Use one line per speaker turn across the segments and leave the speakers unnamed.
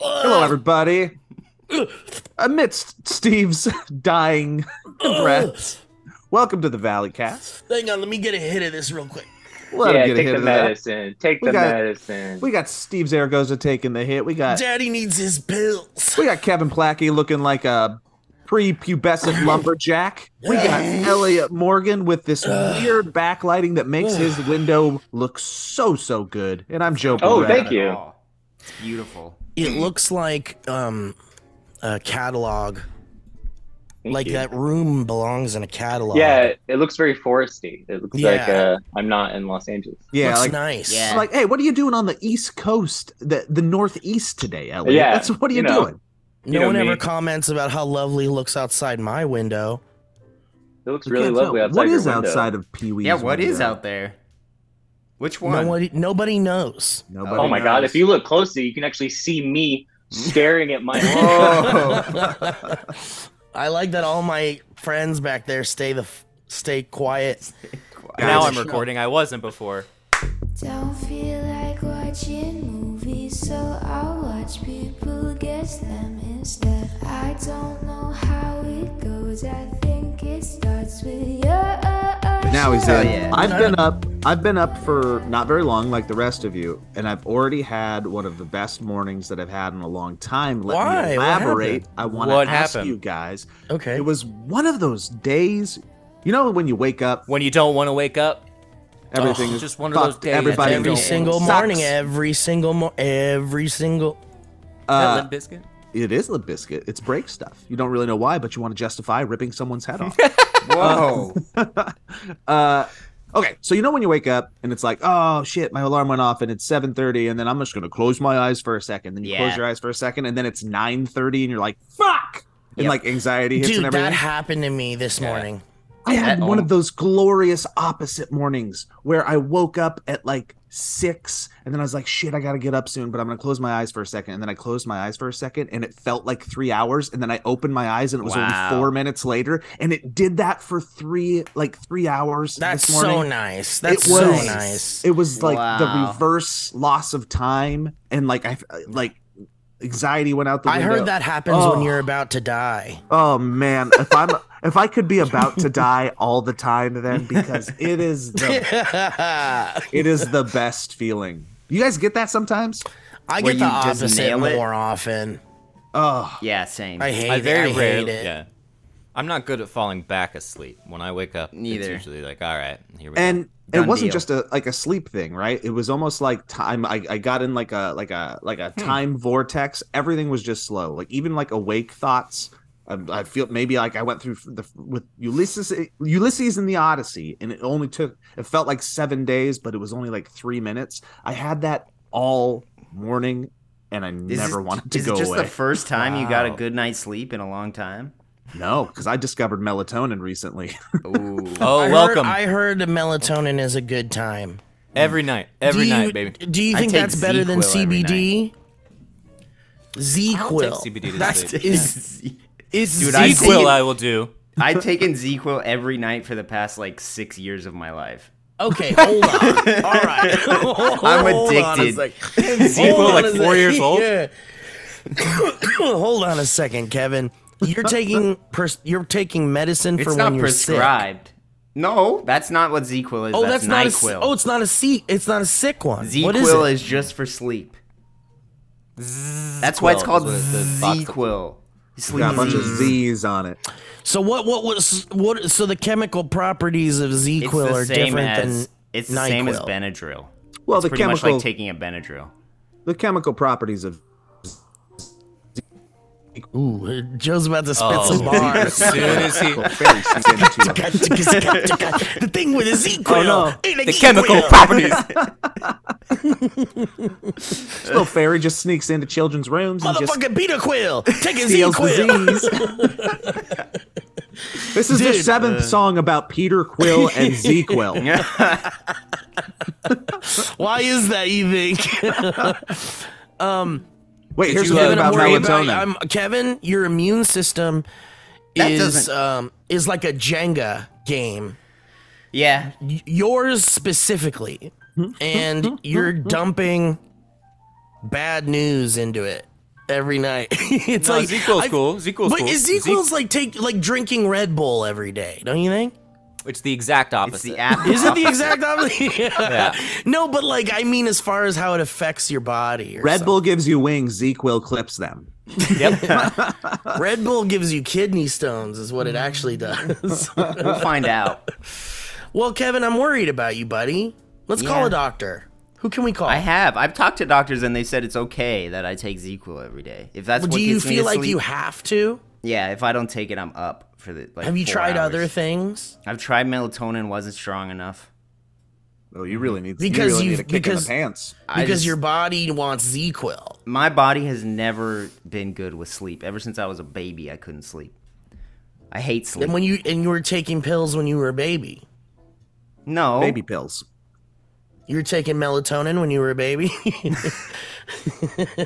Hello, everybody. Amidst Steve's dying breaths, welcome to the Valley Cast.
Uh, Hang on, let me get a hit of this real quick.
Let
yeah,
him get a
take
hit
the
of that.
medicine. Take
We
the
got-
medicine.
We got Steve's Zaragoza taking the hit. We got
Daddy needs his pills.
we got Kevin Plackey looking like a pre-pubescent lumberjack. We got Elliot Morgan with this weird backlighting that makes his window look so so good. And I'm Joe.
Oh,
Barretta.
thank you.
Oh, beautiful.
Mm-hmm.
It looks like um a catalog.
Thank
like
you.
that room belongs in a catalog.
Yeah, it looks very foresty. It looks like
Yeah.
uh, I'm not in Los Angeles.
Yeah,
looks
like
nice.
I'm like, hey, what are you doing on the East Coast, the the Northeast today, Elliot?
Yeah,
That's what are you,
you know.
doing?
no
know
one ever
me.
comments about how lovely it looks outside my window.
It looks
We
really
can't tell.
lovely outside
What
your
is
window.
outside of Pee Wee's?
Yeah, what is
window?
out there? Which one?
Nobody, nobody knows.
Nobody
Oh my
knows.
god! If you look closely, you can actually see me staring at my.
Oh,
I like that all my friends back there stay the f- stay quiet.
Now
Guys,
I'm recording. I wasn't before.
Don't feel like watching movies, so I'll watch people guess them instead. I don't know how it goes, I think it starts with your.
Now he's in.
Oh, yeah.
I've been up. I've been up for not very long, like the rest of you, and I've already had one of the best mornings that I've had in a long time. Let
Why?
me
What
elaborate. I want
What
to ask
happened?
you guys.
Okay.
It was one of those days. You know when you wake up,
When you don't want to wake up,
everything
Oh,
is
just one of those
fucked,
days.
Everybody
every
Everyone
single
sucks.
morning, eh? every single mo- every single
that
Uh,
Limp biscuit.
it is Limp Biscuit. It's break stuff. You don't really know why, but you want to justify ripping someone's head off.
Whoa.
uh, okay, so you know when you wake up and it's like, oh shit, my alarm went off and it's seven thirty, and then I'm just gonna close my eyes for a second. Then you close
Yeah.
your eyes for a second, and then it's nine thirty, and you're like, fuck, and
Yep.
like anxiety hits and
dude
everything.
that happened to me this morning.
I had
At
one
oh.
all.
of those glorious opposite mornings where I woke up at like six and then I was like, shit, I gotta get up soon, but I'm gonna close my eyes for a second. And then I closed my eyes for a second and it felt like three hours. And then I opened my eyes and it was
Wow.
only four minutes later. And it did that for three, like three hours.
That's
this morning.
so nice. That's
It was-
so nice.
It was like
Wow.
the reverse loss of time and like I like anxiety went out the
I
window.
heard that happens
Oh.
when you're about to die.
Oh man, if I'm if I could be about to die all the time then because it is the
I
it is the best feeling. You guys get that sometimes?
get the
you just
opposite
nail it?
more often.
Oh,
yeah, same.
I hate
I
it.
very
I
rarely.
hate it.
Yeah. I'm not good at falling back asleep. When I wake up,
Neither.
it's usually like, all right, here we go.
and
Done
it wasn't
deal.
just a like a sleep thing, right? It was almost like time. I, I got in like a like a like a
Hmm.
time vortex. Everything was just slow. Like even like awake thoughts. I, I feel maybe like I went through the with Ulysses Ulysses and the Odyssey, and it only took it felt like seven days, but it was only like three minutes. I had that all morning, and I
Is
never
it,
wanted to
is
go
it just
away.
the first time you got a
Wow.
good night's sleep in a long time?
no, because I discovered melatonin recently.
Ooh.
Oh,
I heard-
welcome.
I heard the melatonin is a good time.
every night. Every
do you,
night, baby.
Do you
I
think
take
that's better than
ZQL every
CBD?
I'll take
ZQL.
CBD to
That's
sleep.
is is
Dude, I
ZQL.
will. I will do.
I've taken ZQL every night for the past like six years of my life.
Okay, hold on. All right.
I'm
Hold on a
addicted.
second.
ZQL,
Hold on
like,
a
four
sec-
years old?
Yeah. hold on a second, Kevin. You're taking pers- you're taking medicine
It's
for
not
when you're sick.
prescribed. No, that's not what ZQL is.
Oh, that's, not
NyQuil.
a s- oh, it's not a sick. It's not a sick one. what is
ZQL
it?
is, just for sleep. That's why it's
Zzzquil
called
is what the box-
ZQL. Sleep
Got a bunch of
Z.
Z's on it.
So what? What was what? So the chemical properties of
It's
ZQL
the
are
same
different
as
than
it's the same as
NyQuil.
Benadryl.
Well,
It's
the
pretty much
chemical
like taking a Benadryl.
the chemical properties of
Ooh, Joe's about to spit some
Oh, as
bars.
soon as he,
very skin
the thing with the ZQL.
Oh, no.
ain't a E
the
ZQL.
chemical properties.
Little fairy just sneaks into children's rooms and just
Motherfucking Peter Quill. Take a
steals
ZQL.
the Z's. this is the
Dude,
seventh song about Peter Quill and Z Quill.
Why is that? You think?
Wait, here's
you,
one
uh,
about
worry
melatonin.
um, Kevin, your immune system
That
is
doesn't-
um, is like a Jenga game.
Yeah,
Y- yours specifically, and you're dumping bad news into it. every night. it's
No,
like
Zequel's
I-
cool. Zequel's
But
cool.
Ezekiel's like take like drinking Red Bull every day, don't you think?
It's the exact opposite.
It's the app.
Is it the exact opposite?
Yeah.
No, but like I mean, as far as how it affects your body. Or
Red Bull gives you wings. Zeke will clips them.
Yep.
something. Red Bull gives you kidney stones, is what it actually does.
We'll find out.
well, Kevin, I'm worried about you, buddy. Let's call
Yeah.
a doctor. Who can we call?
I have. I've talked to doctors and they said it's okay that I take Zequel every day. If that's what
Do you
gets me
feel
to
like
sleep-
you have to?
Yeah, if I don't take it, I'm up for the. Like
Have you
four
tried
hours.
other things?
I've tried melatonin, wasn't strong enough.
Oh, you really need
Because
you really
you-
need a kick
because-
in the pants.
I
Because
just-
your body wants ZQL.
my body has never been good with sleep. Ever since I was a baby, I couldn't sleep. I hate sleep.
And when you and you were taking pills when you were a baby.
no,
Baby pills.
You were taking melatonin when you were a baby.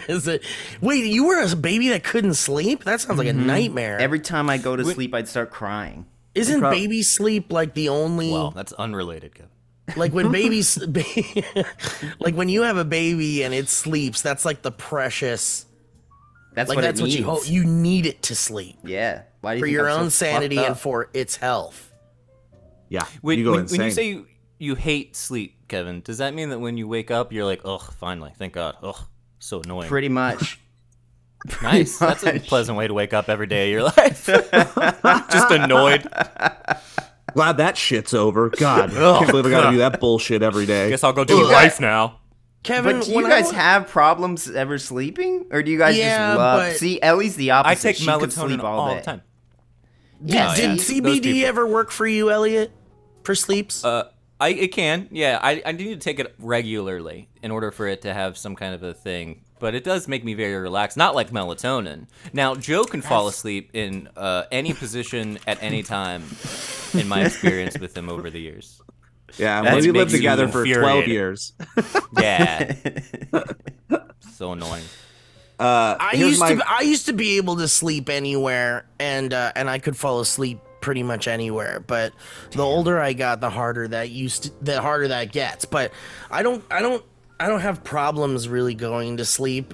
Is it? Wait, you were a baby that couldn't sleep? That sounds like a nightmare.
Mm-hmm. every time I go to sleep, I'd start crying.
Isn't baby sleep like the only
well, that's unrelated, Kevin.
like when babies ba- like when you have a baby and it sleeps? That's like the precious.
That's
Like
what
that's
it
what
needs.
you hope. You need it to sleep
yeah. Why do you
for
think
your
I'm so
own
fucked
sanity
up?
and for its health.
Yeah,
When
you go
you, when,
insane.
when you say you, you hate sleep, Kevin, does that mean that when you wake up, you're like, ugh, finally, thank God, ugh, so annoying.
pretty much.
nice. That's a
much.
pleasant way to wake up every day of your life. Just annoyed.
Glad that shit's over. God, I can't believe I got to do that bullshit every day.
Guess I'll go do life now.
Kevin,
But do
when
you
I
guys
wa-
have problems ever sleeping, or do you guys
Yeah,
just love?
but-
See, Ellie's the opposite.
I take
She could
melatonin
sleep all,
all,
day.
the time.
did,
Yeah,
did
yeah. Those
CBD
people.
ever work for you, Elliot? For sleeps?
Uh, I it can. Yeah, I, I need to take it regularly in order for it to have some kind of a thing. But it does make me very relaxed, not like melatonin. Now, Joe can fall asleep in uh, any position at any time, in my experience with him over the years.
yeah,
That
when we lived
makes you
together for twelve
infuriated.
years.
Yeah. so annoying.
I
Uh, Here's
used
my-
to I used to be able to sleep anywhere and uh, and I could fall asleep pretty much anywhere but the older I got the harder that used to, the harder that gets but I don't I don't I don't have problems really going to sleep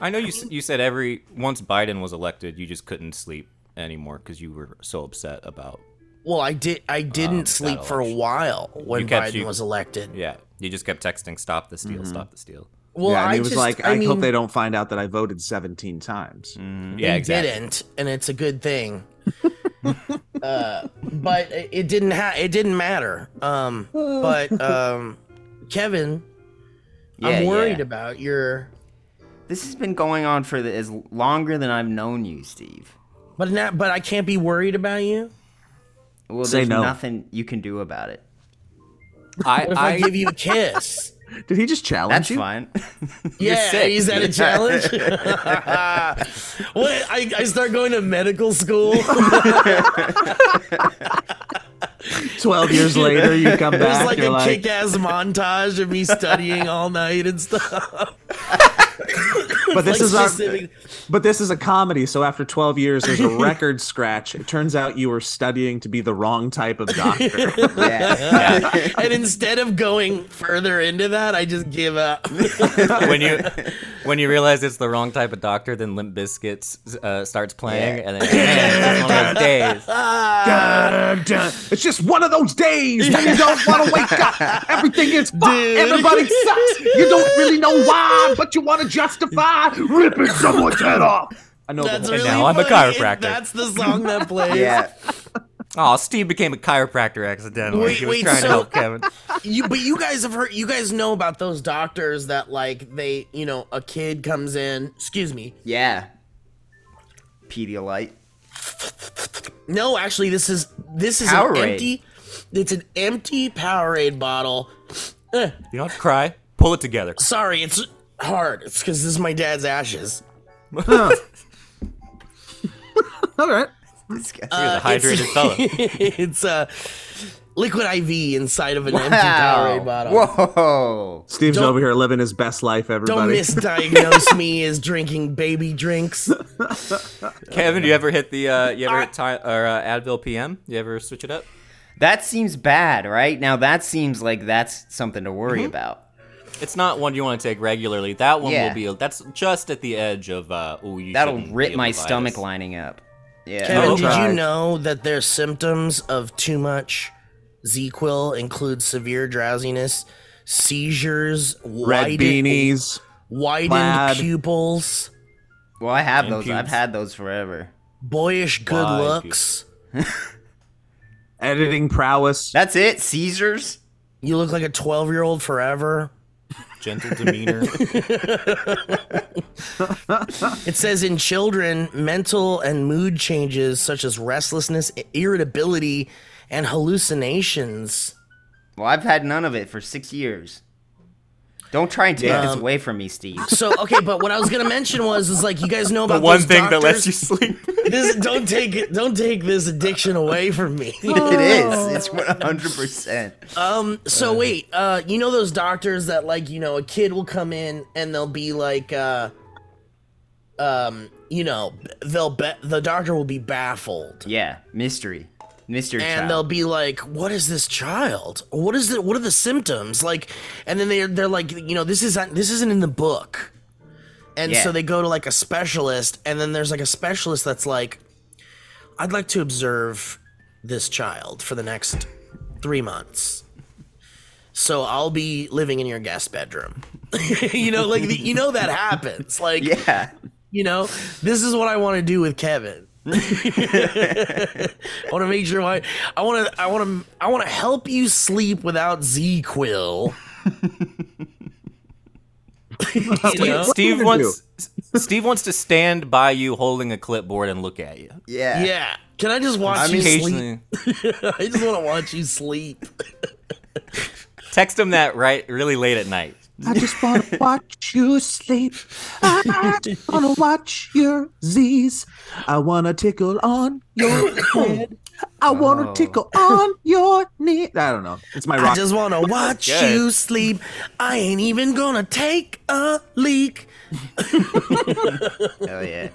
I know you s- you said every once Biden was elected, you just couldn't sleep anymore because you were so upset about.
well I did I didn't
that
sleep for a
election.
while when
kept-
Biden
you-
was elected
Yeah, you just kept texting, "Stop the steal,
Mm-hmm.
stop the steal."
well
yeah, and
I
he was
just,
like,
I,
I,
mean,
hope they don't find out that I voted seventeen times.
Hmm.
Yeah,
Mm-hmm. they
exactly.
didn't, and it's a good thing. uh, but it it didn't ha- it didn't matter. Um, but um, Kevin,
Yeah,
I'm worried
yeah.
about your.
This has been going on for the, as longer than I've known you, Steve.
But not, but I can't be worried about you.
Well,
Say
there's
no.
nothing you can do about it.
I,
What if I, give you a kiss?
Did he just challenge
That's
you?
fine.
yeah,
sick.
is that a challenge? what? I, I start going to medical school.
Twelve years later, you come
There's
back.
like
you're
a
like,
kick-ass montage of me studying all night and stuff.
but this
Like
is our,
specific-
but this is a comedy. So after twelve years, there's a record scratch. It turns out you were studying to be the wrong type of doctor.
yeah.
and instead of going further into that, I just give up.
when you when you realize it's the wrong type of doctor, then Limp Biscuits uh, starts playing, and then man, it's one of those days.
Dun, dun. It's just one of those days when you don't want to wake up. Everything is fucked.
Dude.
Everybody sucks. You don't really know why, but you want to justify ripping someone's head off. I know.
That's
the-
really
now I'm a
funny. It-
chiropractor.
that's the song that plays.
Yeah.
Oh, Steve became a chiropractor accidentally.
Wait,
he was
wait,
trying
so-
to help Kevin.
You, but you guys have heard. You guys know about those doctors that like they, you know, a kid comes in. Excuse me.
Yeah. Pedialyte.
No, actually, this is this is
Powerade.
an empty. It's an empty Powerade bottle. Eh,
You don't have to cry. Pull it together.
sorry, it's hard. It's because this is my dad's ashes.
All right.
Uh,
He's a hydrated fellow.
it's uh, liquid IV inside of an empty
Wow.
Powerade bottle.
Whoa.
Steve's
Don't-
over here living his best life. Everybody.
Don't misdiagnose me as drinking baby drinks.
Kevin, do you ever hit the? Uh, you ever hit time or uh, Advil PM? You ever switch it up?
That seems bad, right? Now that seems like that's something to worry about.
It's not one you want to take regularly. That one
Yeah.
will be. That's just at the edge of. Uh, oh, you.
That'll
shouldn't
rip
be
my
able to buy
stomach
this.
lining up. Yeah.
Kevin,
Oh,
did
okay.
you know that their symptoms of too much ZQL include severe drowsiness, seizures,
Red
widen-
beanies.
widened
plaid.
pupils,
well, I have
And
those. I've
pubes.
had those forever.
boyish good
Wide
looks.
Editing prowess.
That's it. Caesars.
You look like a 12 year old forever.
Gentle demeanor.
It says in children, mental and mood changes such as restlessness, irritability, and hallucinations.
Well, I've had none of it for six years. Don't try and take this
Um,
away from me, Steve.
So okay, but what I was gonna mention was is like you guys know about those doctors-
sleep.
This, don't take it. Don't take this addiction away from me.
it
Oh.
is. It's one hundred percent.
Um. So wait. Uh. You know those doctors that like you know a kid will come in and they'll be like uh. Um. You know they'll bet the doctor will be baffled.
Yeah, mystery, mystery
and
child.
they'll be like, "What is this child? What is the what are the symptoms?" Like, and then they they're like, you know, this is this isn't in the book, and
Yeah.
so they go to like a specialist, and then there's like a specialist that's like, "I'd like to observe this child for the next three months." So I'll be living in your guest bedroom. you know, like the, you know that happens. Like,
yeah,
you know, this is what I want to do with Kevin. I want to make sure my I want to I want to I want to help you sleep without Z-Quil. you know?
Steve
you
wants. Steve wants to stand by you, holding a clipboard, and look at you.
yeah,
Yeah. Can I just watch
I
you
mean-
sleep?
Occasionally,
I just want to watch you sleep.
text him that right, really late at night.
I just want to watch you sleep. I just want to watch your Z's. I want to tickle on your head. I want to
Oh.
tickle on your knee. I don't know. It's my
I
rock.
just want to watch
Good.
you sleep. I ain't even gonna take a leak.
Oh yeah.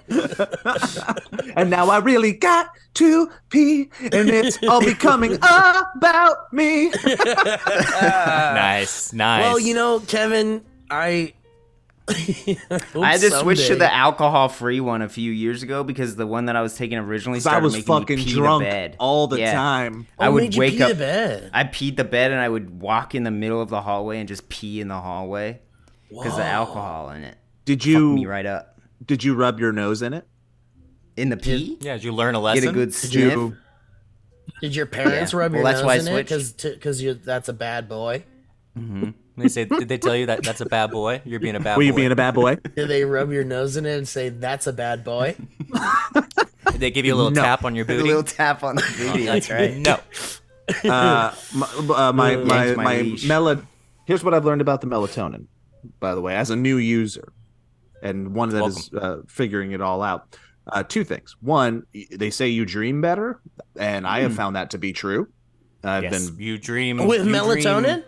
and now I really got to pee, and it's all becoming about me.
Uh,
nice, nice.
Well, you know, Kevin, I
I had to switch to
Someday.
the alcohol-free one a few years ago because the one that I was taking originally
'Cause I
started
was
making
fucking
me pee
drunk
the bed.
all the
Yeah.
time.
I
Oh,
would
made you
wake
pee
up.
to bed.
I peed the bed and I would walk in the middle of the hallway and just pee in the hallway because the alcohol in it
Did
fucked me
Oh. you
right up
did you rub your nose in it?
in the pee.
yeah. Did you learn a
Get
lesson?
a good
Did
sniff.
you
Did your parents
Yeah.
rub
Well,
your
that's
nose
why I
in it?
switched.
Because because you that's a bad boy.
Mm-hmm.
They say, did they tell you that that's a bad boy? You're being a bad
were
boy.
you being a bad boy?
Did they rub your nose in it and say that's a bad boy?
Did they give you a little
No.
tap on your
A
booty?
little tap on the booty. That's right.
No.
uh, my uh, my my,
Yanked my
my
leash.
melo- Here's what I've learned about the melatonin, by the way, as a new user, and one that is uh, figuring it all out. Uh, two things. One, y- they say you dream better, and I have found that to be true. I've
Hmm. Yes. Mm-hmm.
been
You dream
With
you
melatonin?
dream-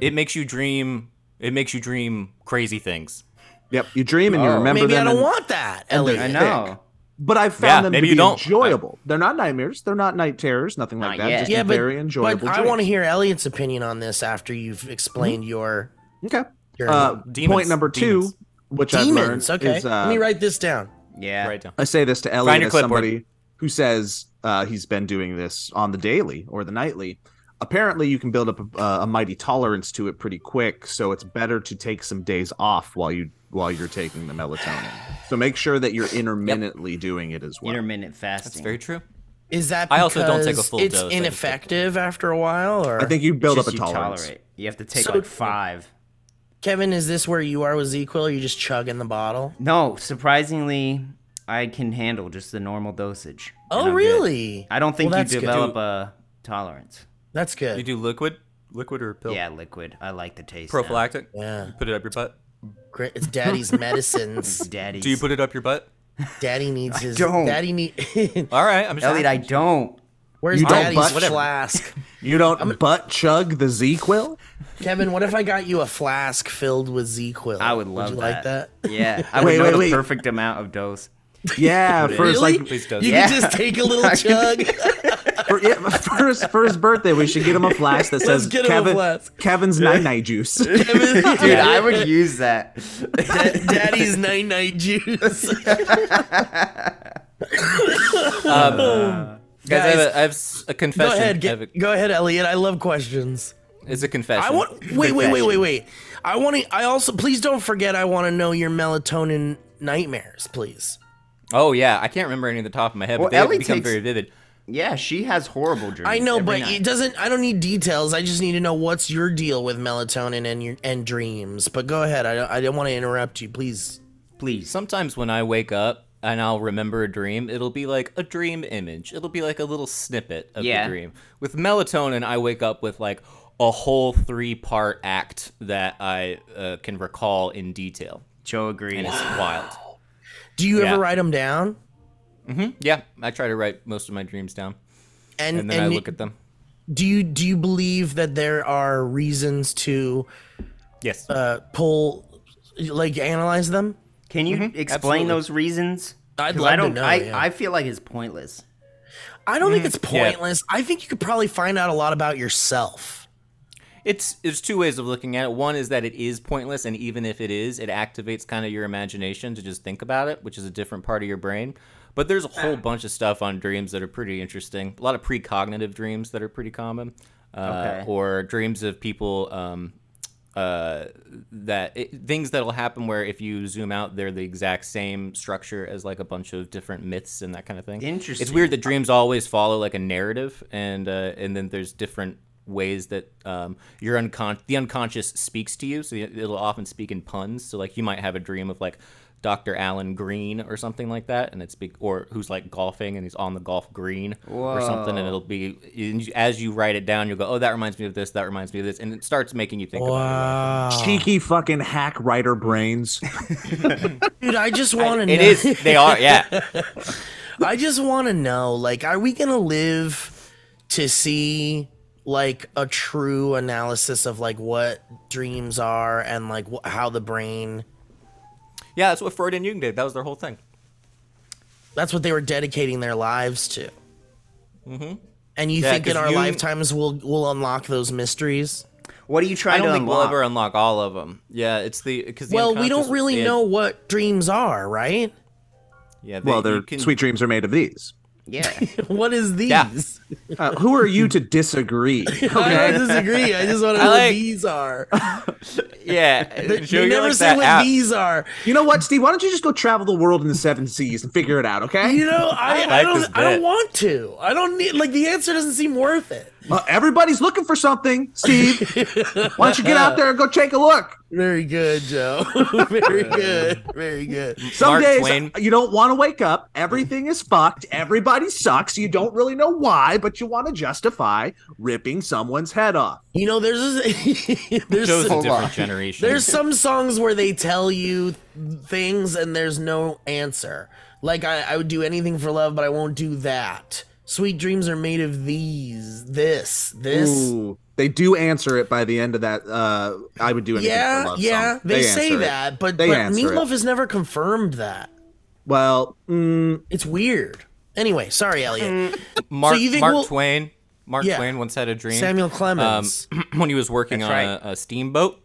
it makes you dream. It makes you dream crazy things.
yep. You dream and you
Oh.
remember
Maybe
them.
I don't
and-
want that,
they're-
Elliot.
I
Thick.
know.
but I've
Yeah,
found them
maybe
to be
you don't.
enjoyable. They're not nightmares. They're not night terrors. Nothing like
Not
that.
yet.
Just
Yeah, but,
very enjoyable.
but I
dreams.
want to hear Elliot's opinion on this after you've explained your
Okay.
your
Uh,
Demons.
point number two,
Demons.
which
demons.
I've learned
Okay,
is uh,
let me write this down.
Yeah.
Right down.
I say this to
Find
Elliot
your
as
clipboard.
somebody who says uh, he's been doing this on the daily or the nightly. Apparently, you can build up a, uh, a mighty tolerance to it pretty quick, so it's better to take some days off while you while you're taking the melatonin. So make sure that you're intermittently doing it as well.
Intermittent fasting.
That's very true.
Is that
I also don't take a
because
full
it's
dose, I just take-
ineffective after a while, or
I think you build
It's
up a
just you
tolerance.
tolerate. You have to take
So-
like five.
Kevin, is this where you are with ZQL? Are you just chugging the bottle?
No, surprisingly, I can handle just the normal dosage. and
Oh,
I'm good.
really?
I don't think
Well,
you
that's good.
develop a tolerance.
That's
You
good.
do liquid, liquid or pill?
Yeah, liquid. I like the taste. now.
Prophylactic.
Yeah,
Put it up your butt.
great. It's daddy's medicines.
Daddy's.
Do you put it up your butt?
Daddy needs his.
don't.
Daddy need.
All right. I'm just.
Elliot, I don't.
Where's
You don't,
Daddy's
but whatever.
flask?
You don't butt chug the Z-Quil?
Kevin, what if I got you a flask filled with Z-Quil?
I would love
you
that.
like that?
Yeah, I would
Wait,
know
wait,
the
wait.
perfect amount of dose.
Yeah, first
Really?
like
Please don't.
You
Yeah.
can just take a little chug.
For, yeah, for, his, for his birthday, we should get him a flask that says
get him a
Kevin,
flask.
Kevin's night night juice.
Dude,
Dude, I would use that.
Daddy's night night juice.
Guys, I
Guys,
have, a, I have s- a
go
confession.
ahead,
I have
get,
a-
go ahead, Elliot. I love questions.
it's a confession.
I want. Wait, wait, wait, wait, wait. I want to. I also please don't forget. I want to know your melatonin nightmares, please.
Oh yeah, I can't remember any of the top of my head,
Well,
but they have
Ellie
become
takes-
very vivid.
Yeah, she has horrible dreams.
I know,
every
but
night.
it doesn't. I don't need details. I just need to know what's your deal with melatonin and your and dreams. But go ahead. I don't, I don't want to interrupt you. Please.
please.
Sometimes when I wake up and I'll remember a dream, it'll be like a dream image. It'll be like a little snippet of
Yeah.
the dream. With melatonin, I wake up with like a whole three-part act that I uh, can recall in detail,
Joe
and
agrees.
it's wild.
Do you ever
Yeah.
write them down?
Yeah, I try to write most of my dreams down,
And
and then I look at them.
do you do you believe that there are reasons to
Yes.
uh, pull, like analyze them?
Can you
Mm-hmm.
explain
absolutely.
those reasons?
I'd
'Cause
love
I
to
don't.
know,
I,
yeah.
I feel like it's pointless.
I don't think it's
Mm, yeah.
pointless. I think you could probably find out a lot about yourself.
It's there's two ways of looking at it. One is that it is pointless, and even if it is, it activates kind of your imagination to just think about it, which is a different part of your brain. But there's a whole bunch of stuff on dreams that are pretty interesting. A lot of precognitive dreams that are pretty common, uh,
Okay.
or dreams of people um, uh, that it, things that'll happen where if you zoom out, they're the exact same structure as like a bunch of different myths and that kind of thing. It's
Interesting.
weird that dreams always follow like a narrative, and uh, and then there's different ways that um, your uncon the unconscious speaks to you. So it'll often speak in puns. So like you might have a dream of like Dr. Alan Green or something like that, and it's speak or who's like golfing and he's on the golf green or something, and it'll be and you- as you write it down, you'll go, oh, that reminds me of this, that reminds me of this, and it starts making you think about it.
Wow.
Cheeky fucking hack writer brains.
Dude, I just want to know.
It is. They are. Yeah.
I just want to know, like, are we going to live to see, like, a true analysis of, like, what dreams are and, like, wh- how the brain.
Yeah. That's what Freud and Jung did. That was their whole thing.
That's what they were dedicating their lives to. Mm-hmm. And you
Mm-hmm. Yeah,
think in
'cause
our
you-
lifetimes we'll, we'll unlock those mysteries?
What are you
I
trying
don't
to
think we'll
unlock?
ever unlock all of them. Yeah, it's the because
Well, we don't really know what dreams are, right?
Yeah, they,
Well,
you
their
can-
sweet dreams are made of these.
yeah.
What is these?
Yeah.
Uh, who are you to disagree?
I
Okay.
don't disagree. I just want to know what
like-
these are.
Yeah,
They, they
Joe, you're
never
like
say
that
what
app.
these are.
You know what, Steve? Why don't you just go travel the world in the seven seas and figure it out? Okay.
You know, I, I,
like this
don't. I don't
bit.
want to. I don't need. Like the answer doesn't seem worth it.
Well, Uh, everybody's looking for something, Steve. Why don't you get out there and go take a look?
Very good, Joe. Very good. Very good.
Some
Mark
days uh,
Twain.
you don't want to wake up. Everything is fucked. Everybody sucks. You don't really know why, but you want to justify ripping someone's head off.
You know, there's this, there's
Joe's a
some,
different
on.
generation.
there's some songs where they tell you things and there's no answer. Like I, I would do anything for love, but I won't do that. Sweet dreams are made of these, this, this.
Ooh, they do answer it by the end of that. Uh, I would do anything
Yeah,
for love.
yeah,
song.
they, say
answer it.
that, but, but
They answer it.
Meatloaf has never confirmed that.
Well, mm,
It's weird. Anyway, sorry, Elliot.
Mark,
so you think
Mark
we'll-
Twain. Mark
Yeah.
Twain once had a dream. Um,
Samuel Clemens.
when he was working
That's
on
right.
a, a steamboat.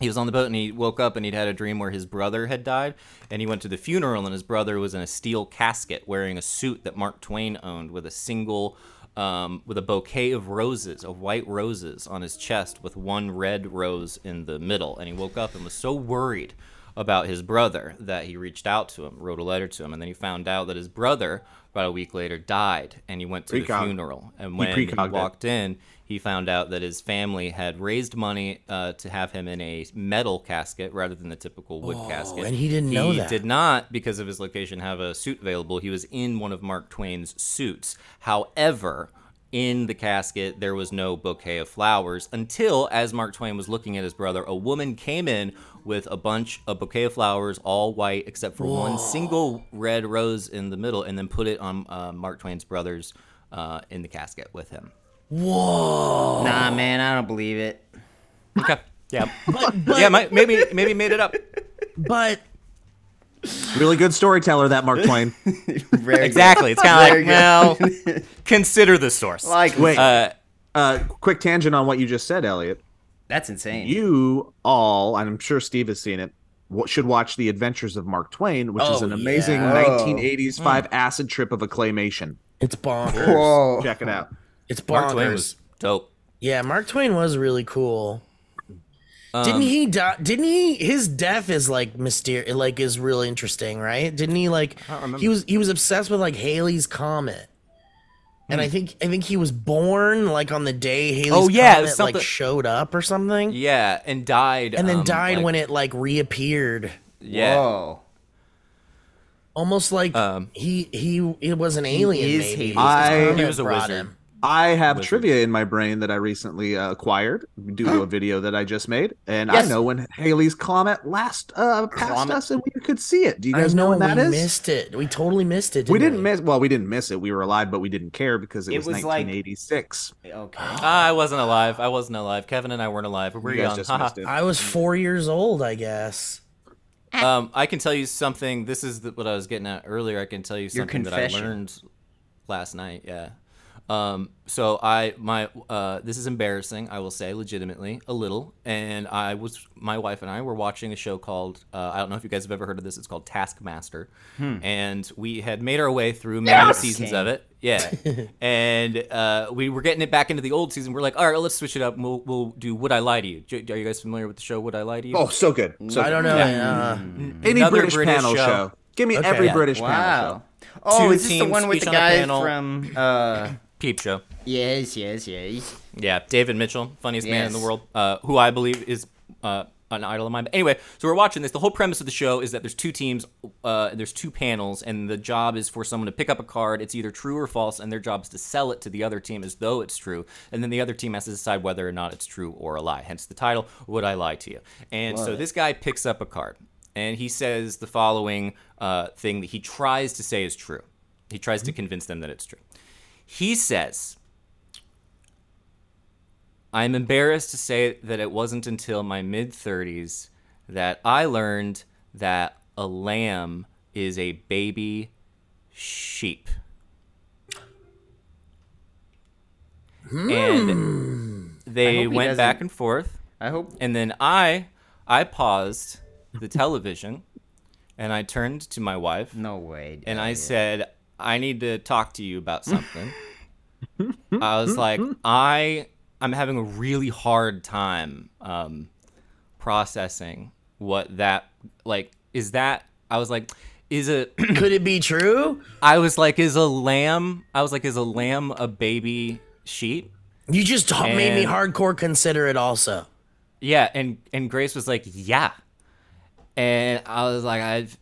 He was on the boat and he woke up and he'd had a dream where his brother had died. And he went to the funeral and his brother was in a steel casket wearing a suit that Mark Twain owned with a single, um, with a bouquet of roses, of white roses on his chest with one red rose in the middle. And he woke up and was so worried about his brother that he reached out to him, wrote a letter to him. And then he found out that his brother, about a week later, died. And he went to
Precog.
the funeral. And when he
precogged it.
walked walked in, he found out that his family had raised money uh, to have him in a metal casket rather than the typical wood
Oh,
casket.
and he didn't know that.
did not, because of his location, have a suit available. He was in one of Mark Twain's suits. However, in the casket, there was no bouquet of flowers until, as Mark Twain was looking at his brother, a woman came in with a bunch, a bouquet of flowers, all white except for one single red rose in the middle, and then put it on uh, Mark Twain's brother's uh, in the casket with him.
Whoa.
Nah, man, I don't believe it.
Okay. Yeah.
But, but,
yeah. might maybe maybe made it up.
but
Really good storyteller, that Mark Twain.
Very good.
Exactly. It's kind
Very
of like,
good.
well, consider the source.
Like,
Wait,
uh,
uh, quick tangent on what you just said, Elliot.
that's insane.
You all, and I'm sure Steve has seen it, wa- should watch The Adventures of Mark Twain, which is
Oh,
an amazing
yeah.
1985 acid trip of a claymation.
It's bonkers.
Whoa.
Check it out.
It's bonkers.
Mark Twain was dope.
yeah, Mark Twain was really cool.
Um,
didn't he die? Didn't he? His death is like mysterious. Like is really interesting, right? Didn't he like? He was he was obsessed with like Haley's comet, and
Hmm.
I think I think he was born like on the day Haley's
Oh, yeah, it was
comet like
something-
showed up or something,
Yeah, and died.
and then
um,
died
like-
when it like reappeared,
Yeah.
Whoa.
almost like
Um,
he he it was an alien.
is
maybe.
Hades'
His
I-
comet
He was a
brought
wizard.
him.
I have trivia in my brain that I recently uh, acquired due to a video that I just made, and I
Yes.
know when Haley's comet last uh, passed
Comet.
us, and we could see it. Do you
I
guys know, when that
we
is?
missed it. We totally missed it. Didn't
we didn't miss. Well, we didn't miss it. We were alive, but we didn't care because it,
It
was,
was like-
1986.
Okay.
I wasn't alive. I wasn't alive. Kevin and I weren't alive. We were
you guys
young.
just
Haha.
missed it.
I was four years old, I guess.
Um, I can tell you something. This is the, what I was getting at earlier. I can tell you something that I
confession.
learned last night. Yeah. Um, so I my uh, this is embarrassing. I will say legitimately a little. And I was my wife and I were watching a show called uh, I don't know if you guys have ever heard of this. It's called Taskmaster. And we had made our way through many seasons of it. Yeah. and uh, we were getting it back into the old season. We're like, all right, let's switch it up. and We'll we'll do Would I Lie to You? J- Are you guys familiar with the show Would I Lie to You?
Oh, so good. So
I don't know. uh,
any
Another
British,
British
panel show.
show.
Give me
Okay.
every
Yeah.
British panel show.
Wow. Oh,
Two
is this the
teams,
one with
each
the
on a
guy
panel.
from? Uh,
Peep show.
yes, yes, yes.
Yeah, David Mitchell, funniest man in the
Yes.
world, uh, who I believe is uh, an idol of mine. But anyway, so we're watching this. The whole premise of the show is that there's two teams, uh, there's two panels, and the job is for someone to pick up a card. It's either true or false, and their job is to sell it to the other team as though it's true, and then the other team has to decide whether or not it's true or a lie. Hence the title, "Would I Lie to You?" And so this guy picks up a card, and he says the following uh, thing that he tries to say is true. He tries to convince them that it's true. He says. I am embarrassed to say that it wasn't until my mid 30s that I learned that a lamb is a baby sheep. And
Hmm. I
they
hope he
went back
doesn't-
and forth,
I hope.
and then I I paused the television and I turned to my wife
No way. dude.
and I said, I need to talk to you about something. I was like, I I'm having a really hard time um, processing what that like is that I was like, is a
uh, Could it be true?
I was like, is a lamb I was like, is a lamb a baby sheep?
You just t- made me
And-
hardcore consider it also.
Yeah, and and Grace was like, "Yeah," and I was like, "I've,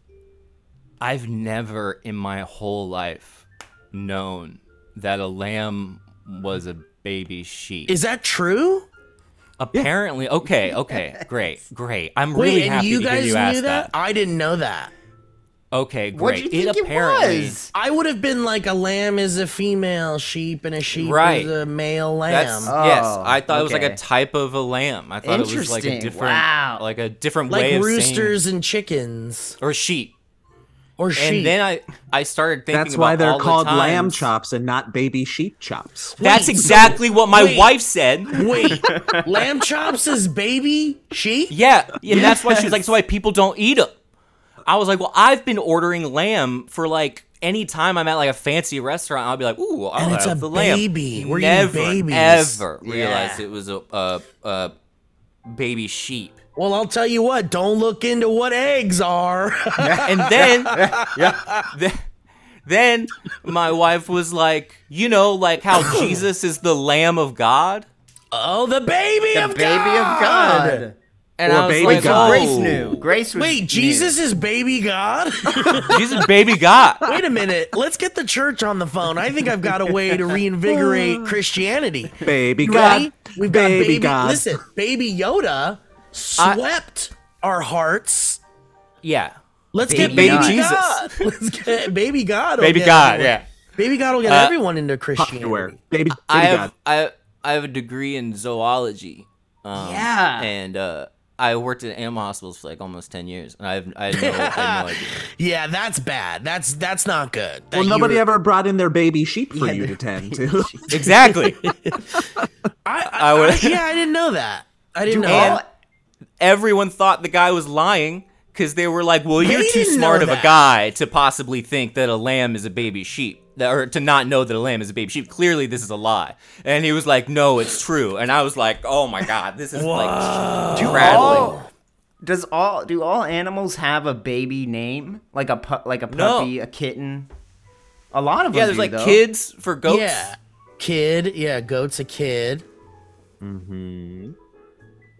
I've never in my whole life known that a lamb was a baby sheep."
Is that true?
Apparently, okay, okay, great, great. I'm
Wait,
really
and
happy
you
to
guys
hear you
knew
ask
that?
that.
I didn't know that.
Okay, great.
What do you think it,
apparently
was?
I would have been like a lamb is a female sheep and a sheep
Right.
is a male lamb.
That's yes.
Oh,
I thought it was like
okay.
a type of a lamb. I thought it was like a
Interesting,
different,
wow.
like a different way
like
of saying-
roosters and chickens
or sheep.
or
And
sheep.
then I, I started thinking
That's why
about
they're
all the
called lamb
times-
chops and not baby sheep chops.
That's
Wait, so-
exactly what my
wait.
wife said.
Wait, lamb chops is baby sheep?
Yeah, and that's why she was like, "That's why people don't eat them." I was like, "Well, I've been ordering lamb for like any time I'm at like a fancy restaurant, I'll be like, ooh, I'll
And it's
have
a
the lamb."
baby. We're eating
Never,
babies.
ever
Yeah.
realized it was a, a, a baby sheep.
Well, I'll tell you what, don't look into what eggs are.
And then, then, then my wife was like, "You know, like how Jesus is the Lamb of God."
oh, the baby
The
of
baby of
God.
God.
And
Or
I was
baby
like,
God.
Grace
"Oh,
knew. Grace was.
Wait, Jesus is baby God?
Jesus, baby God."
Wait a minute. Let's get the church on the phone. I think I've got a way to reinvigorate Christianity.
Baby
You
God,
ready? We've got
baby,
baby.
God.
Listen, baby Yoda swept our hearts.
Yeah.
Let's get
Baby
baby
Jesus.
God. Let's get baby God. will
Baby
get
God,
everyone-
yeah.
Baby God will get
Uh,
everyone into Christianity.
Underwear. Baby, baby
I have
God.
I I have a degree in zoology. Um,
Yeah.
and uh, I worked at animal hospitals for like almost ten years, and I've I had no, I had no idea.
Yeah, that's bad. That's that's not good. That
well,
you
nobody
were-
ever brought in their baby sheep for
Yeah,
you
their
to tend to.
Exactly.
I, I,
I would-
I- yeah, I didn't know that. I didn't know.
And
that.
everyone thought the guy was lying because they were like, "Well, you're too
didn't
smart
know
of a
that.
guy to possibly think that a lamb is a baby sheep." that- Or to not know that a lamb is a baby sheep. Clearly, this is a lie. And he was like, "No, it's true." And I was like, "Oh my god, this is like rattling."
All, does all do all animals have a baby name? Like a pu- like a
No.
puppy, a kitten? A lot of
Yeah,
them
there's
do,
like
though.
kids for goats.
Yeah, kid. Yeah, goat's a kid.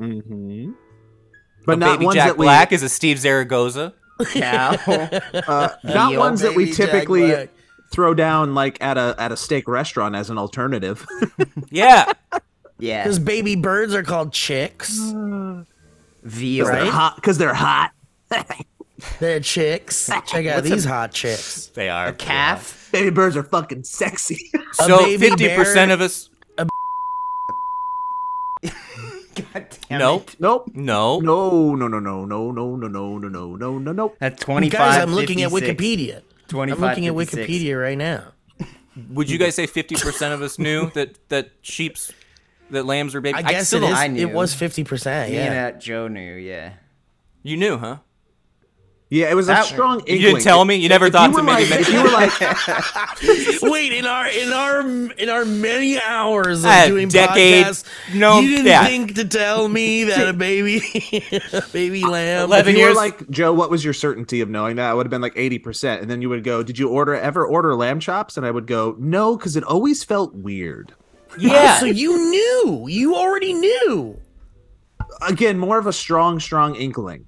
Mm-hmm. but not
Baby
ones
Jack
that we,
Black is a Steve Zaragoza.
Cow.
uh, not
Yo,
ones that we
baby Jack
typically
Black.
throw down like at a at a steak restaurant as an alternative.
Yeah.
yeah.
Because baby birds are called chicks.
veal.
They're hot because they're hot.
They're chicks. Check out these hot chicks.
They are.
A calf.
Baby birds are fucking sexy.
A
So
baby
fifty percent
bear-
of us.
God damn
Nope.
it.
nope.
No.
No, no, no, no, no, no, no, no, no, no, no, no, nope.
That's 25.
Guys, I'm looking at
56.
Wikipedia. I'm
25,
looking at
56.
Wikipedia right now.
Would you guys say fifty percent of us knew that that sheep's that lambs are baby?
I guess it
don't-
is.
I knew.
It was fifty percent.
Me
Yeah.
and uh, Joe knew, yeah.
You knew, huh?
Yeah, it was a
That-
strong
You
inkling.
didn't tell me. You never
If
thought
you
to
were
maybe.
like,
mention-
if you were like,
Wait, in our in our in our many hours of
Uh,
doing
decade.
podcasts,
No,
you didn't
yeah.
think to tell me that a baby, a
Uh,
baby
if
lamb.
Eleven
you were
years.
like Joe, what was your certainty of knowing that? I would have been like eighty percent, and then you would go, "Did you order ever order lamb chops?" And I would go, "No," because it always felt weird.
yeah.
So you knew. You already knew,
Again, more of a strong, strong inkling.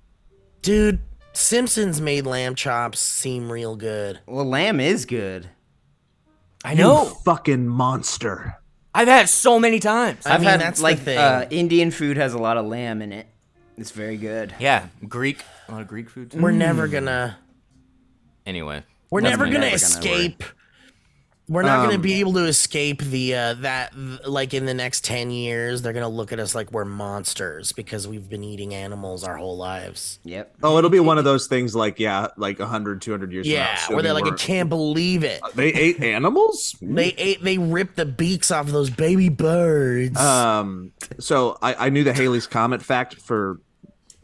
dude. Simpsons made lamb chops seem real good.
Well, lamb is good.
I
You
know.
fucking monster.
I've had it so many times.
I
I've
mean,
had
that's the
like
thing.
Uh, Indian food has a lot of lamb in it. It's very good.
Yeah. Greek. A lot of Greek food. Too.
We're never gonna.
Anyway.
We're never
my
gonna
never gonna worry.
escape. We're not gonna be able to escape the uh, that th- like in the next ten years they're gonna look at us like we're monsters because we've been eating animals our whole lives.
Yep.
Oh, it'll be one of those things like yeah, like 100, 200 years. from now,
Yeah,
so Uh,
where
we
they're like, I
were-
can't believe it.
They ate animals.
They ate, they ripped the beaks off of those baby birds.
Um, so I, I knew the Haley's Comet fact for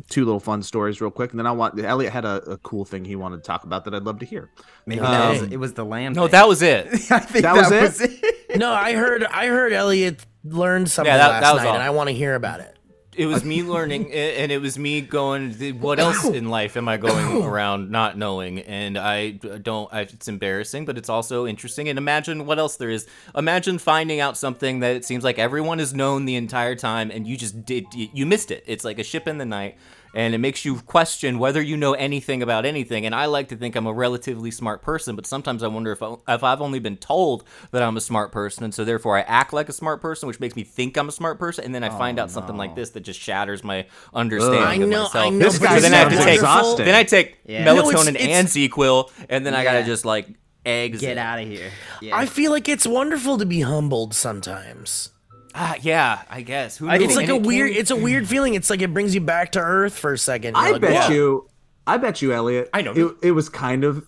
two little fun stories real quick, and then I want Elliot had a, a cool thing he wanted to talk about that I'd love to hear.
Maybe that was,
Um,
it was the lamb.
No,
thing.
that was it.
I think
That
that,
was it?
was it.
no, I heard, I heard Elliot learned something
Yeah, that-
last
that was
night,
all.
and I want to hear about it.
It was me learning, a- and it was me going. "Th- What else in life am I going around not knowing? And I d- don't. I, it's embarrassing, but it's also interesting. And imagine what else there is. Imagine finding out something that it seems like everyone has known the entire time, and you just did. You missed it. It's like a ship in the night, and it makes you question whether you know anything about anything. And I like to think I'm a relatively smart person, but sometimes I wonder if I, if I've only been told that I'm a smart person, and so therefore I act like a smart person, which makes me think I'm a smart person, and then I find out something like this that just shatters my understanding
I
of
know,
myself.
I know.
This
but
guy
so
it's
then I have to
sounds
take
exhausting.
then I take
Yeah. No,
melatonin
it's-
and Sequel, and then I gotta
Yeah.
just like eggs.
Get
it.
out of here. Yeah.
I feel like it's wonderful to be humbled sometimes.
Ah, yeah, I guess. Who
I
knew?
think-
It's like
And
a
it came-
weird, it's a weird feeling. It's like it brings you back to earth for a second. You're
I
like,
bet
"Whoa."
you, I bet you, Elliot.
Uh, I know.
It, it was kind of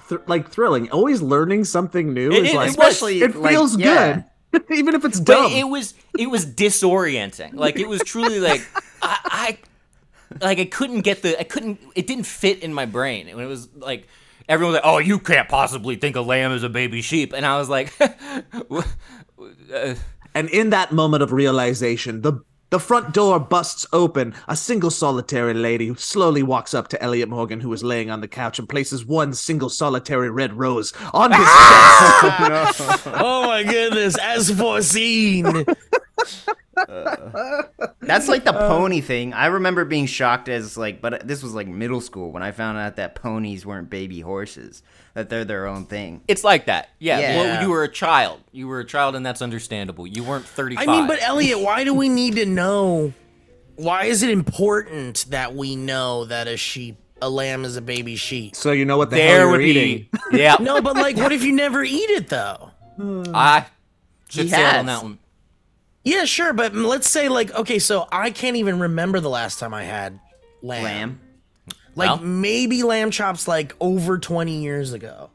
thr like thrilling. Always learning something new
It-
is
it-
like
it was-
it
like,
feels
yeah.
good, even if it's
but
dumb.
it was it was disorienting. Like it was truly like I, I like I couldn't get the I couldn't it didn't fit in my brain. And it was like everyone was like, "Oh, you can't possibly think a lamb is a baby sheep," and I was like,
and in that moment of realization, the the front door busts open. A single solitary lady slowly walks up to Elliot Morgan, who is laying on the couch, and places one single solitary red rose on his chest.
Ah!
Oh my goodness, as foreseen.
That's like the
Uh,
pony thing. I remember being shocked as like, but this was like middle school when I found out that ponies weren't baby horses, that they're their own thing.
"It's like that." Yeah,
Yeah.
Well, you were a child. You were a child, and that's understandable. You weren't
I
thirty-five.
mean, but Elliot, why do we need to know? Why is it important that we know that a sheep, a lamb is a baby sheep?
So you know what the
there
hell
would
you're
be
eating.
yeah.
No, but like, what if you never eat it though?
I should
He
sail
has.
on that one.
Yeah, sure, but let's say like okay, so I can't even remember the last time I had lamb.
Lamb.
Like
Well.
maybe lamb chops like over 20 years ago.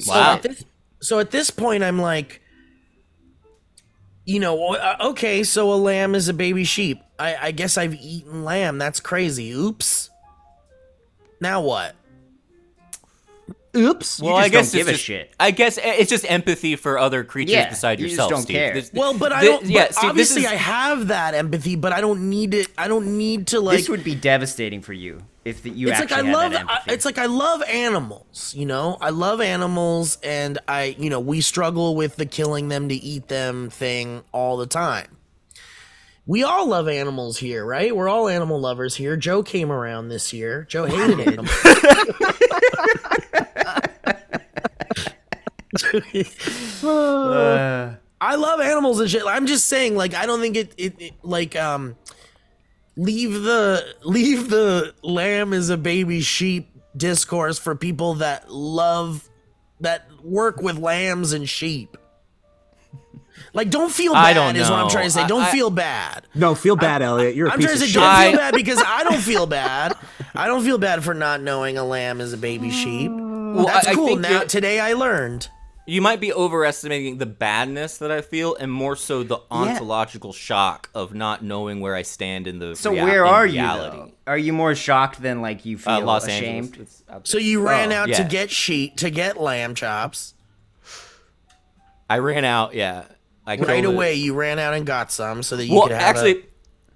So
Wow.
at this, so at this point I'm like you know, uh, okay, so a lamb is a baby sheep. I I guess I've eaten lamb. That's crazy. Oops. Now what?
Oops.
Well,
just
I guess
don't
it's
give a
just,
shit.
I guess eh, it's just empathy for other creatures
Yeah,
beside
you just
yourself,
don't
Steve.
care.
This-
Well, but I
thi-
don't. but
yeah, see, this
obviously,
is-
I have that empathy, but I don't need it. I don't need to like.
this would be devastating for you if the, you
it's like I
actually
love.
had that
I,
empathy.
it's like I love animals. You know, I love animals, and I, you know, we struggle with the killing them to eat them thing all the time. We all love animals here, right? We're all animal lovers here. Joe came around this year. Joe hated animals.
Uh,
I love animals and shit. I'm just saying, like, I don't think it, it, it- like, um, leave the leave the lamb is a baby sheep discourse for people that love that work with lambs and sheep. Like, don't feel bad.
I don't
Is what I'm
know.
trying to say. Don't
I- I-
feel bad.
no, feel bad, Elliot. You're a
I'm
piece
trying to
of
say
shit.
don't
I-
feel bad because I don't feel bad. I don't feel bad for not knowing a lamb is a baby sheep.
well,
That's
I- I
cool.
think
now
you're-
today I learned.
you might be overestimating the badness that I feel, and more so the ontological shock of not knowing where I stand in the.
so
rea-
where
in
are
reality.
you? though? Are you more shocked than like you feel
Uh, Los
ashamed?
Angeles. It's out-
So you ran
Oh,
out
yeah.
to get sheep to get lamb chops.
I ran out. Yeah, I
right
killed it.
away you ran out and got some so that you
well,
could have
actually,
a,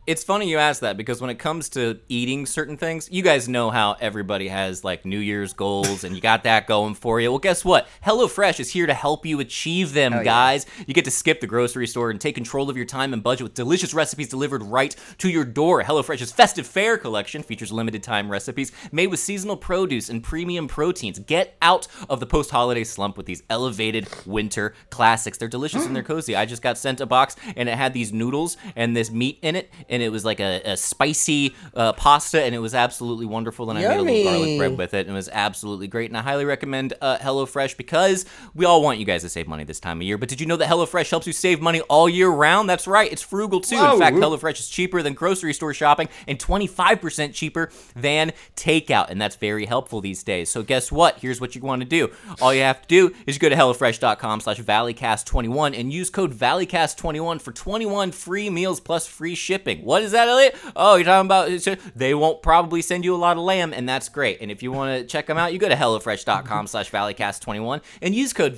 it's funny you ask that because when it comes to eating certain things, you guys know how everybody has like New Year's goals and you got that going for you. Well, guess what? HelloFresh is here to help you achieve them, guys. You get to skip the grocery store and take control of your time and budget with delicious recipes delivered right to your door. HelloFresh's festive fare collection features limited time recipes made with seasonal produce and premium proteins. Get out of the post holiday slump with these elevated winter classics. They're delicious and they're cozy. I just got sent a box and it had these noodles and this meat in it, and it was like a, a spicy uh, pasta, and it was absolutely wonderful. And I made a little garlic
Yummy.
bread with it, and it was absolutely great. And I highly recommend uh, HelloFresh because we all want you guys to save money this time of year. But did you know that HelloFresh helps you save money all year round? That's right, it's frugal too. In fact, HelloFresh is cheaper than grocery store shopping and 25% cheaper than takeout, and that's very helpful these days. So guess what? Here's what you want to do. All you have to do is go to HelloFresh.com slash ValleyCast21 and use code ValleyCast21 for 21 free meals plus free shipping. What is that, Elliot? Oh, you're talking about it's a- they won't probably send you a lot of lamb, and that's great. And if you want to check them out, you go to
Mm-hmm.
HelloFresh.com slash ValleyCast21 and use code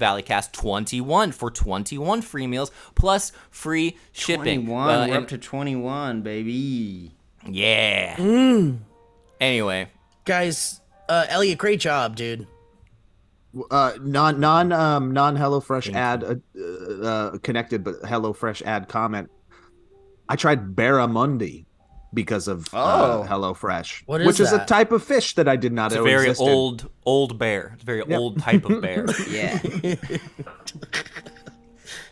ValleyCast21 for 21 free meals plus free shipping.
Twenty-one.
Uh,
We're
and-
up to twenty-one, baby.
yeah.
Mm.
Anyway,
guys uh elliot great job dude
Uh, non non um non HelloFresh ad uh, uh, uh, connected, but HelloFresh ad comment. I tried barramundi because of
Oh.
uh, HelloFresh,
What is
which is a
that?
type of fish that I did not
it's a
know
very
existed.
old old bear. It's a very old type of bear.
Yeah.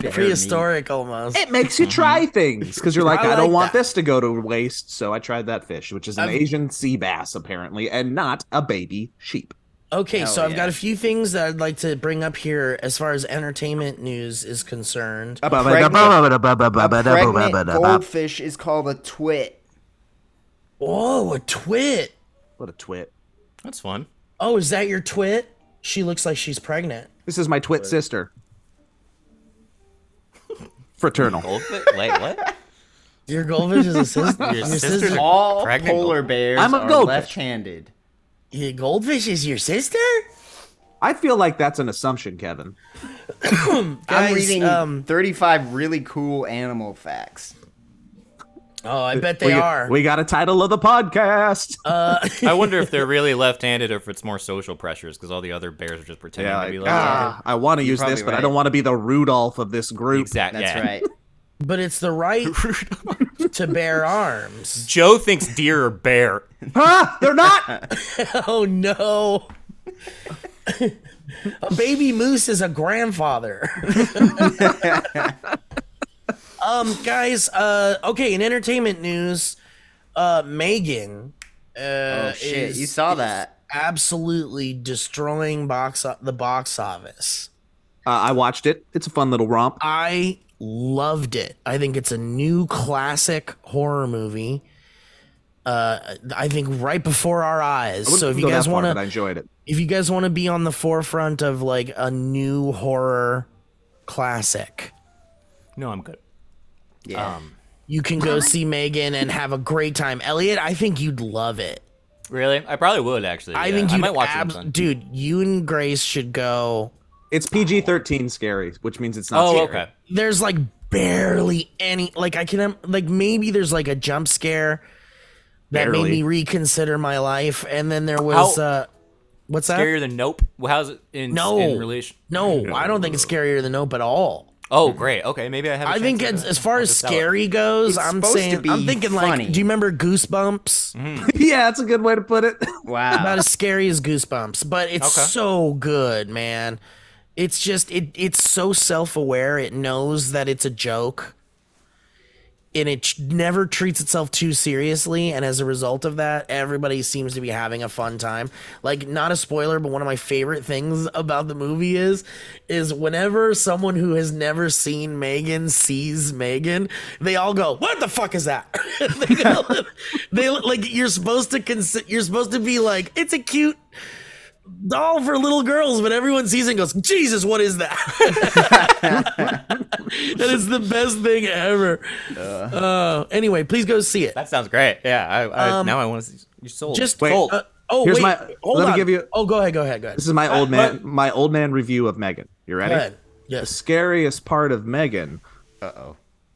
Bear
prehistoric almost
It makes you try things because you're like,
Mm-hmm. I
I,
like
don't want
that. Um,
this to go to waste, so I tried that fish, which is an Asian sea bass apparently, and not a baby sheep.
okay so
Hell
i've
yeah.
got a few things that i'd like to bring up here as far as entertainment news is concerned
Uh,
meat. A pregnant, a pregnant goldfish is called a twit.
oh a twit
What a twit!
That's fun.
oh is that your twit she looks like she's pregnant
This is my twit sister. Fraternal.
Goldfish? Wait, what?
your goldfish is a sister your,
sister's
sister
a-
All
Pregnant
polar
goldfish.
bears
I'm a
are
goldfish.
left-handed.
your goldfish is your sister
I feel like that's an assumption, Kevin.
I'm
Guys,
reading
um,
35 really cool animal facts.
oh
Uh,
i bet they
we,
are Oh,
We got a title of the podcast.
I wonder if they're really left-handed or if it's more social pressures because all the other bears are just pretending
yeah,
to be
like, ah,
left-handed.
I want to use this,
probably
but I
right.
don't want to be the Rudolph of this group.
exactly.
That's
yeah.
right.
but it's the right to bear arms
Joe thinks deer are bear.
Huh? Ah, They're not. Uh,
oh no a baby moose is a grandfather um guys uh okay in entertainment news uh megan uh
Oh shit,
is-
you saw
is
that.
absolutely destroying box o- the box office
Uh, I watched it. It's a fun little romp.
i loved it. I think it's a new classic horror movie. Uh, I think right before our eyes.
I wouldn't
So if you
go that
guys
far,
want
but I
to,
enjoyed it.
if you guys want to be on the forefront of like a new horror classic,
No, I'm good.
Yeah.
um,
you can go see Megan and have a great time. Elliot, I think you'd love it.
Really? I probably would actually.
I
yeah.
think
I
you'd
might watch
abs-
it. Dude,
dude. You and Grace should go.
It's PG thirteen scary, which means it's not.
oh,
scary.
okay.
There's like barely any. Like I can like maybe there's like a jump scare that
Barely.
made me reconsider my life, and then there was
How-
uh, what's that?
Scarier than Nope. Well, how's it in
No.
in relation?
No, I don't think it's scarier than Nope at all.
Oh, great. Okay, maybe I have. I
I think as, as far as scary goes,
It's
I'm
supposed to
saying
be
I'm thinking
funny.
like, do you remember Goosebumps?
yeah, that's a good way to put it.
Wow.
Not as scary as Goosebumps, but it's
Okay.
so good, man. It's just it it's so self-aware. It knows that it's a joke. And it ch- never treats itself too seriously, and as a result of that, everybody seems to be having a fun time. Like, not a spoiler, but one of my favorite things about the movie is, is whenever someone who has never seen Megan sees Megan, they all go, "What the fuck is that?" they, go- they like you're supposed to consider, you're supposed to be like, "It's a cute doll for little girls, but everyone sees it and goes, Jesus, what is that? that is the best thing ever. Uh, anyway, please go see it. Um,
that sounds great. Yeah. I, I, now I want to see you sold.
Just
Wait.
uh, oh,
Here's
wait,
my-
hold
let me
on.
give you-
Oh, go ahead, go ahead, go ahead.
This is my old man, my old man review of Megan. You
Go
ready?
ahead.
The
Yes.
scariest part of Megan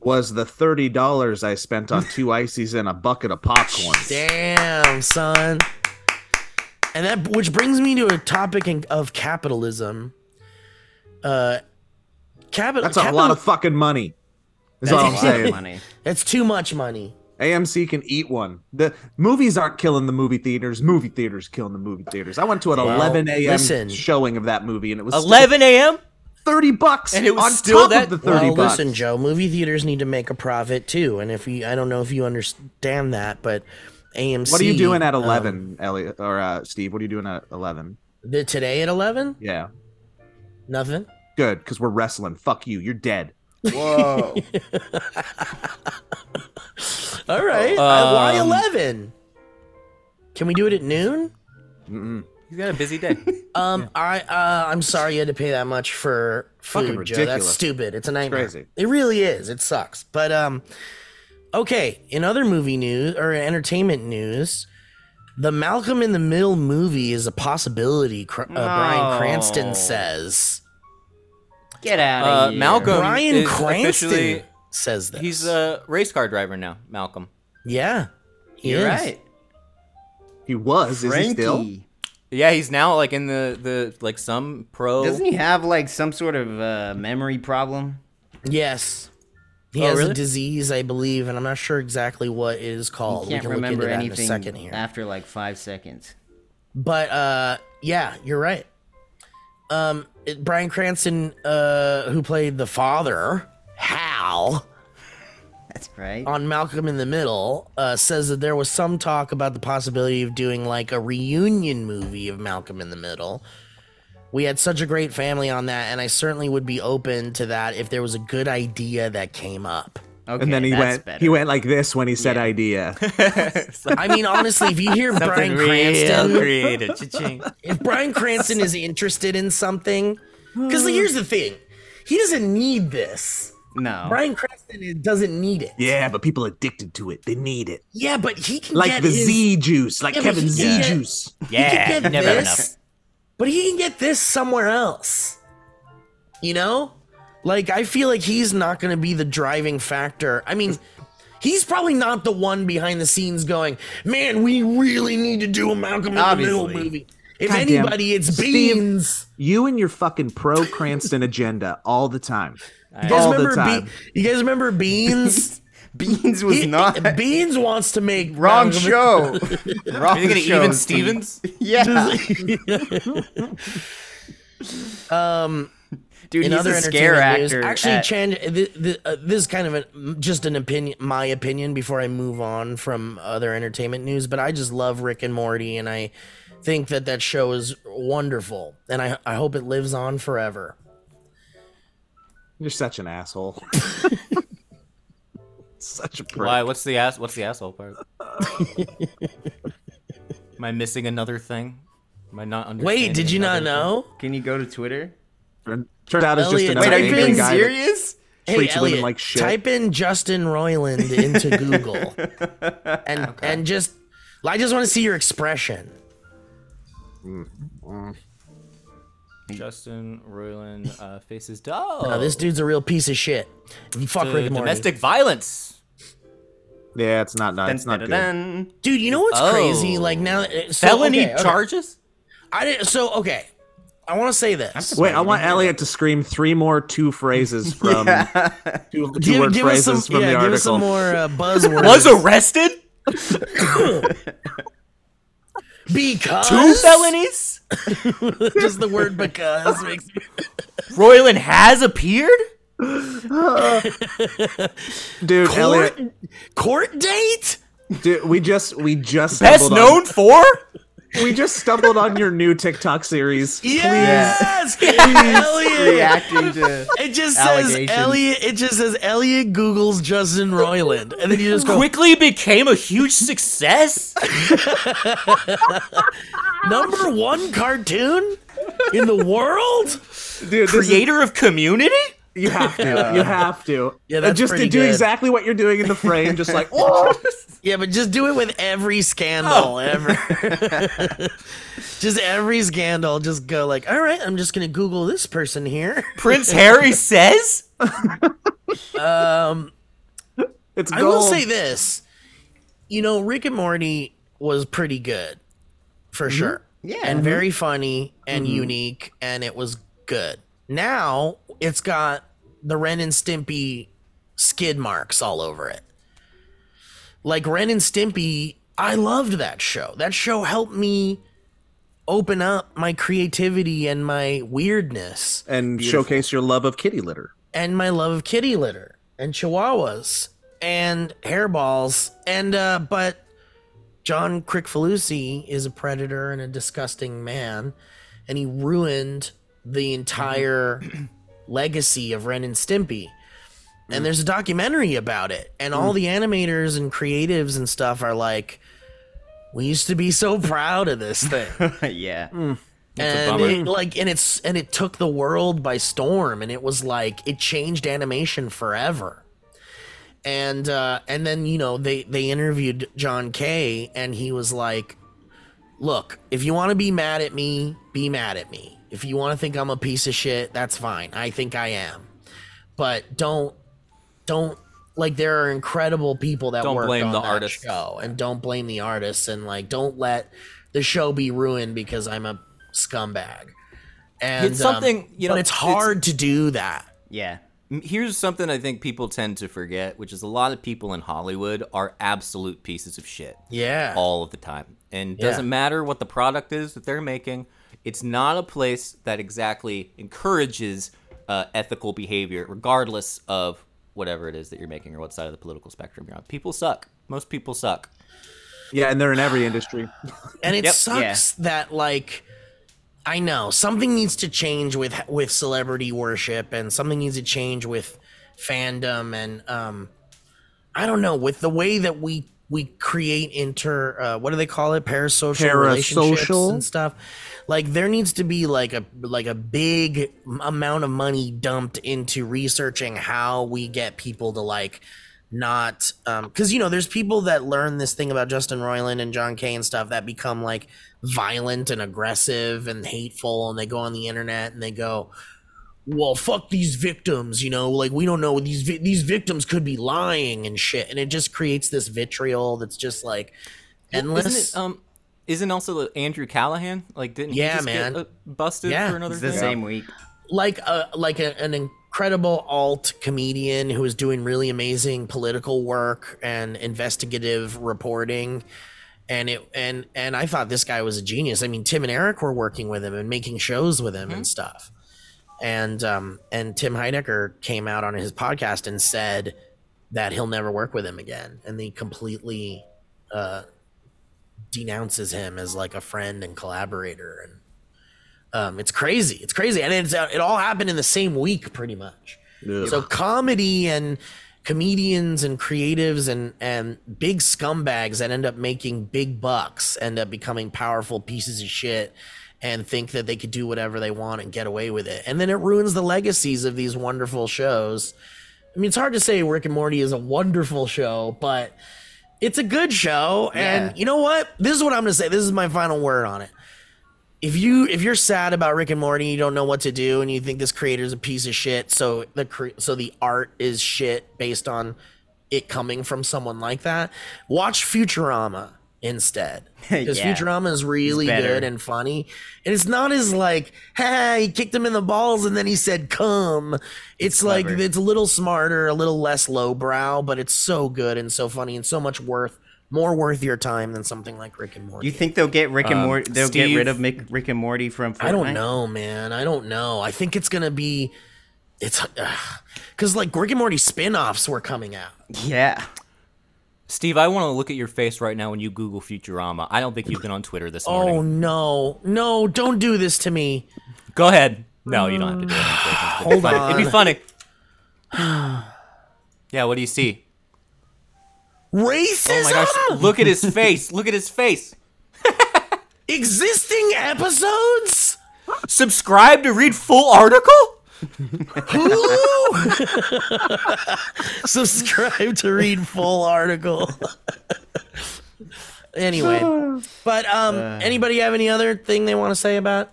was the thirty dollars I spent on two ices and a bucket of popcorn.
Damn, son. And that, which brings me to a topic in, of capitalism. Uh, capital.
That's a lot of fucking money. Is all I'm
That's a lot of
saying.
money.
It's too much money.
AMC can eat one. The movies aren't killing the movie theaters. Movie theaters killing the movie theaters. I went to an 11 a.m.
listen.
showing of that movie, and it was still
11 a.m.
30 bucks,
And it was
on
still
top
that-
of the 30
well,
bucks.
listen, Joe. Movie theaters need to make a profit too, and if you, I don't know if you understand that, but AMC.
what are you doing at
um,
11, Elliot or uh, Steve? What are you doing at 11?
the- um, today at eleven?
Yeah,
Nothing.
good, because we're wrestling. Fuck you, you're dead.
Whoa.
All right.
Um,
Uh, why eleven? Can we do it at noon?
He's got a busy day.
Um, I uh, I'm sorry you had to pay that much for food,
Fucking
Joe. That's
ridiculous.
stupid. It's a nightmare.
crazy.
It really is. It sucks. But um, okay. In other movie news or entertainment news, the Malcolm in the Middle movie is a possibility. Cr- uh, Brian
No.
Cranston says.
Get out of
Uh,
here.
Malcolm
Brian
is
Cranston
officially-
says this.
He's uh, a race car driver now, Malcolm.
yeah. He
You're
is.
right.
He was. Is he still?
Frankie.
Yeah, he's now like in the the like some pro.
Doesn't he have like some sort of uh, memory problem?
Yes. He
Oh,
has a
really?
disease, I believe, and I'm not sure exactly what it is called.
He can't
we can
remember
look into
anything
that in a second here.
after like five seconds.
But uh, yeah, you're right. Um, it, Brian Cranston, uh, who played the father, Hal,
That's right.
on Malcolm in the Middle, uh, says that there was some talk about the possibility of doing like a reunion movie of Malcolm in the Middle. We had such a great family on that, and I certainly would be open to that if there was a good idea that came up.
Okay,
And then he
that's
went.
Better.
He went like this when he said "idea."
I mean, honestly, if you hear Brian Cranston,
created. Cha-ching.
if Brian Cranston is interested in something,
Hmm.
because here's the thing, he doesn't need this.
No.
Brian Cranston is- doesn't need it.
yeah, but people addicted to it. They need it,
Yeah, but he can
like
get
the
his-
Z juice, like
Yeah, but
Kevin
he
Z
can get-
juice.
He
Yeah,
can get
never
this,
enough.
but he can get this somewhere else. You know, like I feel like he's not going to be the driving factor. I mean. He's probably not the one behind the scenes going, man, we really need to do a Malcolm in the
Obviously.
Middle movie. If
Goddamn.
anybody, it's
Steve-
Beans.
You and your fucking pro Cranston agenda all the time.
You guys
all the
remember
time.
Be- you guys remember Beans?
Beans was
He-
not
Beans wants to make
wrong
Malcolm-
show. wrong
Are you gonna
show,
even
Steve.
Stevens?
Yeah. um, dude,
In
he's
other
a scare
entertainment news,
actor.
actually,
at-
Chan, th- th- uh, this is kind of an, just an opinion, my opinion. Before I move on from other entertainment news, but I just love Rick and Morty, and I think that that show is wonderful, and I I hope it lives on forever.
You're such an asshole. such a prick.
Why? What's the ass? What's the asshole part? Am I missing another thing? Am I not understanding?
Wait, did you not
another thing?
know?
Can you go to Twitter?
Turn- Turns out it's just
Elliot,
another
Wait, are you
angry
being
guy that
serious?
Hey,
treats
Elliot,
women like shit.
type in Justin Roiland into Google, and and just I just want to see your expression.
Justin Roiland uh, faces dog.
Oh, this dude's a real piece of shit. Fuck Rick and Morty.
domestic violence.
yeah, it's not nice. It's not
Dun, dun,
good.
dun.
Dude, you know what's
Oh.
crazy? Like now, uh, so,
Felony
Oh, okay, okay.
charges.
I didn't. So okay, I want to say this.
Wait, I want Elliot to scream three more two phrases from two, two word
us
phrases
some,
from
yeah,
the
give us some
article.
more uh, buzzwords.
Was arrested.
because
Two felonies.
just the word because makes me-
Roiland has appeared.
Dude, Elliot,
court court date.
dude, we just we just
Best
stumbled
known for.
On, we just stumbled on your new TikTok series.
E-
Yes, Elliot.
Reacting to.
It just says
Allegations.
Elliot. It just says Elliot Googles Justin Roiland, and then you just go.
Quickly became a huge success.
Number one cartoon in the world.
Dude, this is-
Creator of community.
you have to. You have to.
Yeah, that's
And just
pretty
to do
good.
exactly what you're doing in the frame, just like oh,
Yeah, but just do it with every scandal ever. just every scandal. Just go like, all right, I'm just gonna Google this person here.
Prince Harry says.
it's
I
gold.
will say this. You know, Rick and Morty was pretty good, for sure.
Yeah.
and very funny and unique, and it was good. Now it's got the Ren and Stimpy skid marks all over it. Like Ren and Stimpy, I loved that show. That show helped me open up my creativity and my weirdness
and showcase your love of kitty litter.
and my love of kitty litter and chihuahuas and hairballs and uh but John Crickfalusi is a predator and a disgusting man and he ruined the entire legacy of Ren and Stimpy. And there's a documentary about it and all the animators and creatives and stuff are like we used to be so proud of this thing
yeah.
and
bummer.
it, like and it's and it took the world by storm and it was like it changed animation forever and uh and then you know they they interviewed john kay and he was like look if you want to be mad at me be mad at me if you want to think i'm a piece of shit that's fine i think i am but don't don't like there are incredible people that
Don't
worked
blame
on
the
that
artists.
show and don't blame the artists and like don't let the show be ruined because I'm a scumbag. And um,
It's something, you know,
but it's
it's-
hard to do that.
Yeah.
Here's something I think people tend to forget, which is a lot of people in Hollywood are absolute pieces of shit.
Yeah.
all of the time. And
Yeah.
doesn't matter what the product is that they're making, it's not a place that exactly encourages uh, ethical behavior, regardless of whatever it is that you're making or what side of the political spectrum you're on. People suck. Most people suck.
Yeah, and they're in every industry.
and it
Yep.
sucks that like I know something needs to change with with celebrity worship and something needs to change with fandom and um I don't know with the way that we we create inter uh, what do they call it parasocial, relationships
Parasocial?
and stuff like there needs to be like a like a big m- amount of money dumped into researching how we get people to like not um because you know there's people that learn this thing about justin roiland and john kay and stuff that become like violent and aggressive and hateful and they go on the internet and they go well fuck these victims you know like we don't know these vi- these victims could be lying and shit and it just creates this vitriol that's just like endless
Isn't it, um, isn't also the Andrew Callahan? Like, didn't
Yeah,
he just
man.
get uh, busted
Yeah.
for another
It's the
thing?
same week.
like a like a, an incredible alt comedian who is doing really amazing political work and investigative reporting and it and and I thought this guy was a genius. I mean, Tim and Eric were working with him and making shows with him and stuff. And um and Tim Heidecker came out on his podcast and said that he'll never work with him again and he completely uh denounces him as like a friend and collaborator uh, and um, it's crazy. It's crazy, and it's it all happened in the same week, pretty much.
Ugh.
So comedy and comedians and creatives and and big scumbags that end up making big bucks end up becoming powerful pieces of shit and think that they could do whatever they want and get away with it. And then it ruins the legacies of these wonderful shows. I mean, it's hard to say Rick and Morty is a wonderful show, but it's a good show.
Yeah.
And you know what? This is what I'm going to say. This is my final word on it if you if you're sad about Rick and Morty, you don't know what to do, and you think this creator's a piece of shit, so the cre- so the art is shit based on it coming from someone like that. Watch Futurama instead, because
Yeah.
Futurama is really
better.
good and funny, and it's not as like, "Ha, he kicked him in the balls and then he said come. It's, like
clever.
it's a little smarter, a little less lowbrow, but it's so good and so funny and so much worth more worth your time than something like Rick and Morty.
You think they'll get Rick and
Um,
Morty? They'll get
Steve-
rid of Mick, Rick and Morty from? Fortnite?
I don't know, man. I don't know. I think it's gonna be, it's because like Rick and Morty spin-offs were coming out.
Yeah,
Steve, I want to look at your face right now when you Google Futurama. I don't think you've been on Twitter this morning.
Oh no, no! Don't do this to me.
Go ahead. No, you don't have to do it. unfortunately.
Hold
Funny. It'd be
on.
funny. Yeah, what do you see?
Racism.
Oh my gosh. Look at his face. Look at his face.
Existing episodes.
Subscribe to read full article?
Hulu. Subscribe to read full article. anyway, but um, anybody have any other thing they want to say about?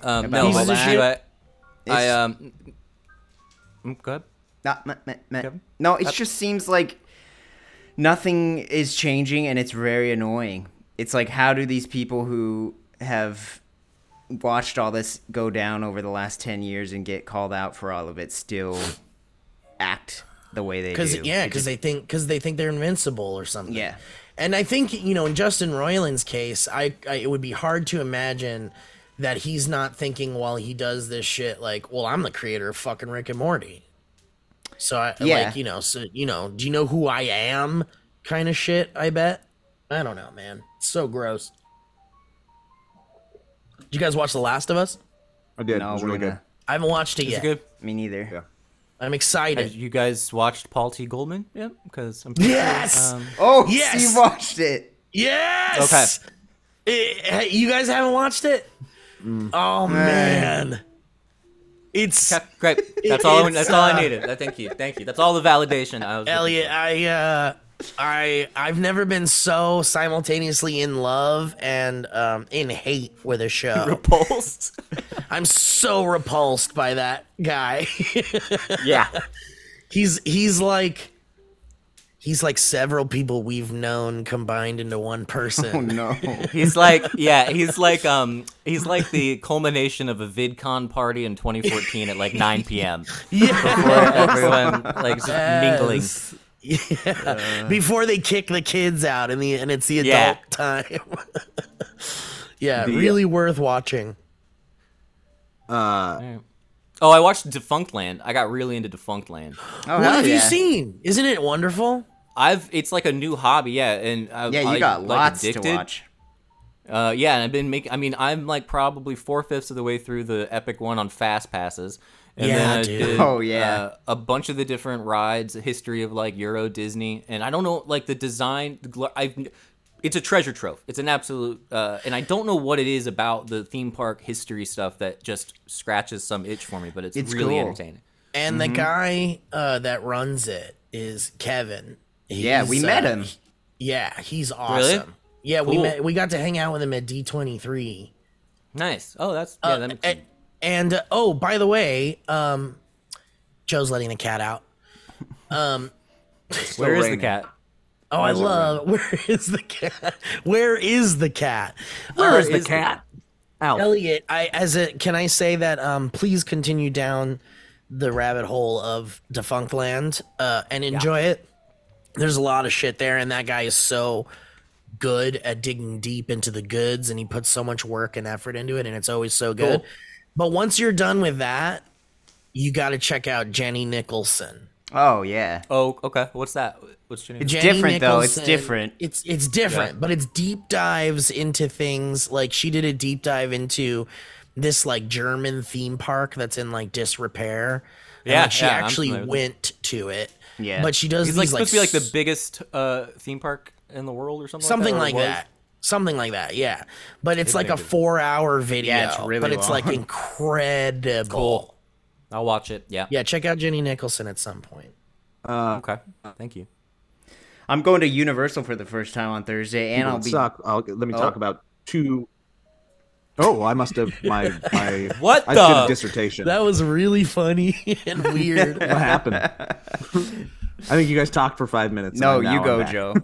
Um, no,
Pieces
but
of shit.
I, I
It's-
um mm, go ahead.
Not, meh, meh, meh. No, it just seems like nothing is changing, and it's very annoying. It's like, how do these people who have watched all this go down over the last ten years and get called out for all of it still act the way they
because
do?
yeah,
It
because
just-
they think because they think they're invincible or something.
Yeah.
and I think you know in Justin Roiland's case, I, I it would be hard to imagine that he's not thinking while he does this shit like, well, I'm the creator of fucking Rick and Morty, so I
Yeah.
like you know so you know do you know who I am kind of shit. I bet I don't know, man. It's so gross. Did you guys watch The Last of Us?
I did.
no,
it was
we're
really
gonna.
I haven't watched it
Is
yet.
it good?
Me neither.
Yeah.
I'm
Have
excited.
you guys watched Paul T. Goldman? Yep, because I'm
Yes!
Um,
Oh,
Yes!
yes, you watched it.
Yes. Okay. you guys haven't watched it?
Mm.
Oh man, it's
Yep, great. That's all. I,
It's,
that's all
uh,
I needed. That- thank you. Thank you. That's all the validation I was. looking
Elliot.
for.
I uh, I I've never been so simultaneously in love and um in hate with a show.
Repulsed.
I'm so repulsed by that guy.
yeah.
he's he's like. He's like several people we've known combined into one person.
Oh no.
He's like, yeah, he's like, um, he's like the culmination of a VidCon party in 2014 at like 9 p.m.
Yeah.
where everyone like just mingling.
Yeah. Before they kick the kids out and the and it's the adult
Yeah.
time. yeah,
The-
really worth watching.
Uh,
Oh, I watched Defunct Land. I got really into Defunct Land.
Oh,
what
hell
have you
yeah.
seen? Isn't it wonderful?
I've it's like a new hobby, yeah, and I,
Yeah, you
I,
got
like,
lots
addicted.
to watch.
Uh, yeah, and I've been making. I mean, I'm like probably four fifths of the way through the epic one on fast passes. And
Yeah,
then I
dude.
did,
Oh, yeah.
uh, a bunch of the different rides, a history of like Euro Disney, and I don't know like the design. the gl- I've it's a treasure trove. It's an absolute, uh, and I don't know what it is about the theme park history stuff that just scratches some itch for me, but it's,
It's
really
cool.
entertaining.
And
Mm-hmm.
the guy uh, that runs it is Kevin.
Yeah,
He's,
we met
uh,
him.
Yeah, he's
Really?
awesome. Yeah, we
Cool.
met. We got to hang out with him at D twenty three.
Nice. Oh, that's yeah. that makes
A-
sense.
and uh, oh, by the way, um, Joe's letting the cat out.
eh, Where is the
raining.
cat?
Oh, I love. Where is the cat? Where is the cat? Uh,
where is
is
the
the-
cat? Out.
Elliot, I as a can I say that um please continue down the rabbit hole of Defunct Land uh and enjoy it. There's a lot of shit there and that guy is so good at digging deep into the goods and he puts so much work and effort into it and it's always so good. But once you're done with that, you got to check out Jenny Nicholson.
Oh yeah.
Oh, okay. What's that? What's your name?
Jenny
different, though. It's
Nicholson-
different.
It's it's different, but it's deep dives into things like she did a deep dive into this like German theme park that's in like disrepair. And,
Yeah,
like, she
yeah, I'm
actually
familiar with it.
went to it.
Yeah.
but she does
It's
these
like
like,
supposed to be like the
s-
biggest uh, theme park in the world or something.
something
or
like
was.
that. Something like that, yeah. But it's like a four-hour video.
Yeah, it's really
But it's like
long.
incredible.
Cool. I'll watch it. Yeah.
Yeah, check out Jenny Nicholson at some point.
Okay. Thank you.
I'm going to Universal for the first time on Thursday, and I'll
It
be
suck. I'll, let me
Oh.
talk about two Oh, I must have my my
What
I did
the-
a dissertation.
That was really funny and weird.
what happened? I think you guys talked for five minutes.
No,
and now
you
I'm
go,
back.
Joe.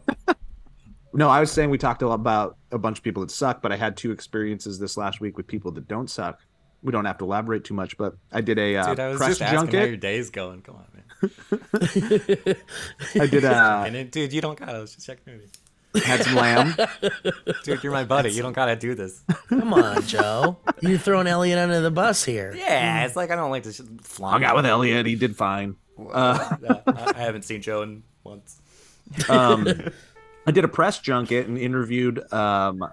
No, I was saying we talked a lot about a bunch of people that suck, but I had two experiences this last week with people that don't suck. We don't have to elaborate too much, but I did a uh,
Dude, I was
press
just asking how your
junket.
day's going. Come on, man.
I did uh,
And it, dude, you don't gotta. I was just checking with you.
had some
um,
lamb.
Dude, you're my buddy. You don't gotta do this.
Come on, Joe. You're throwing Elliot under the bus here.
Yeah, it's like I don't like to sh- flaunt.
Hung out with Elliot. He did fine.
Yeah, I, I haven't seen Joe in months.
I did a press junket and interviewed um,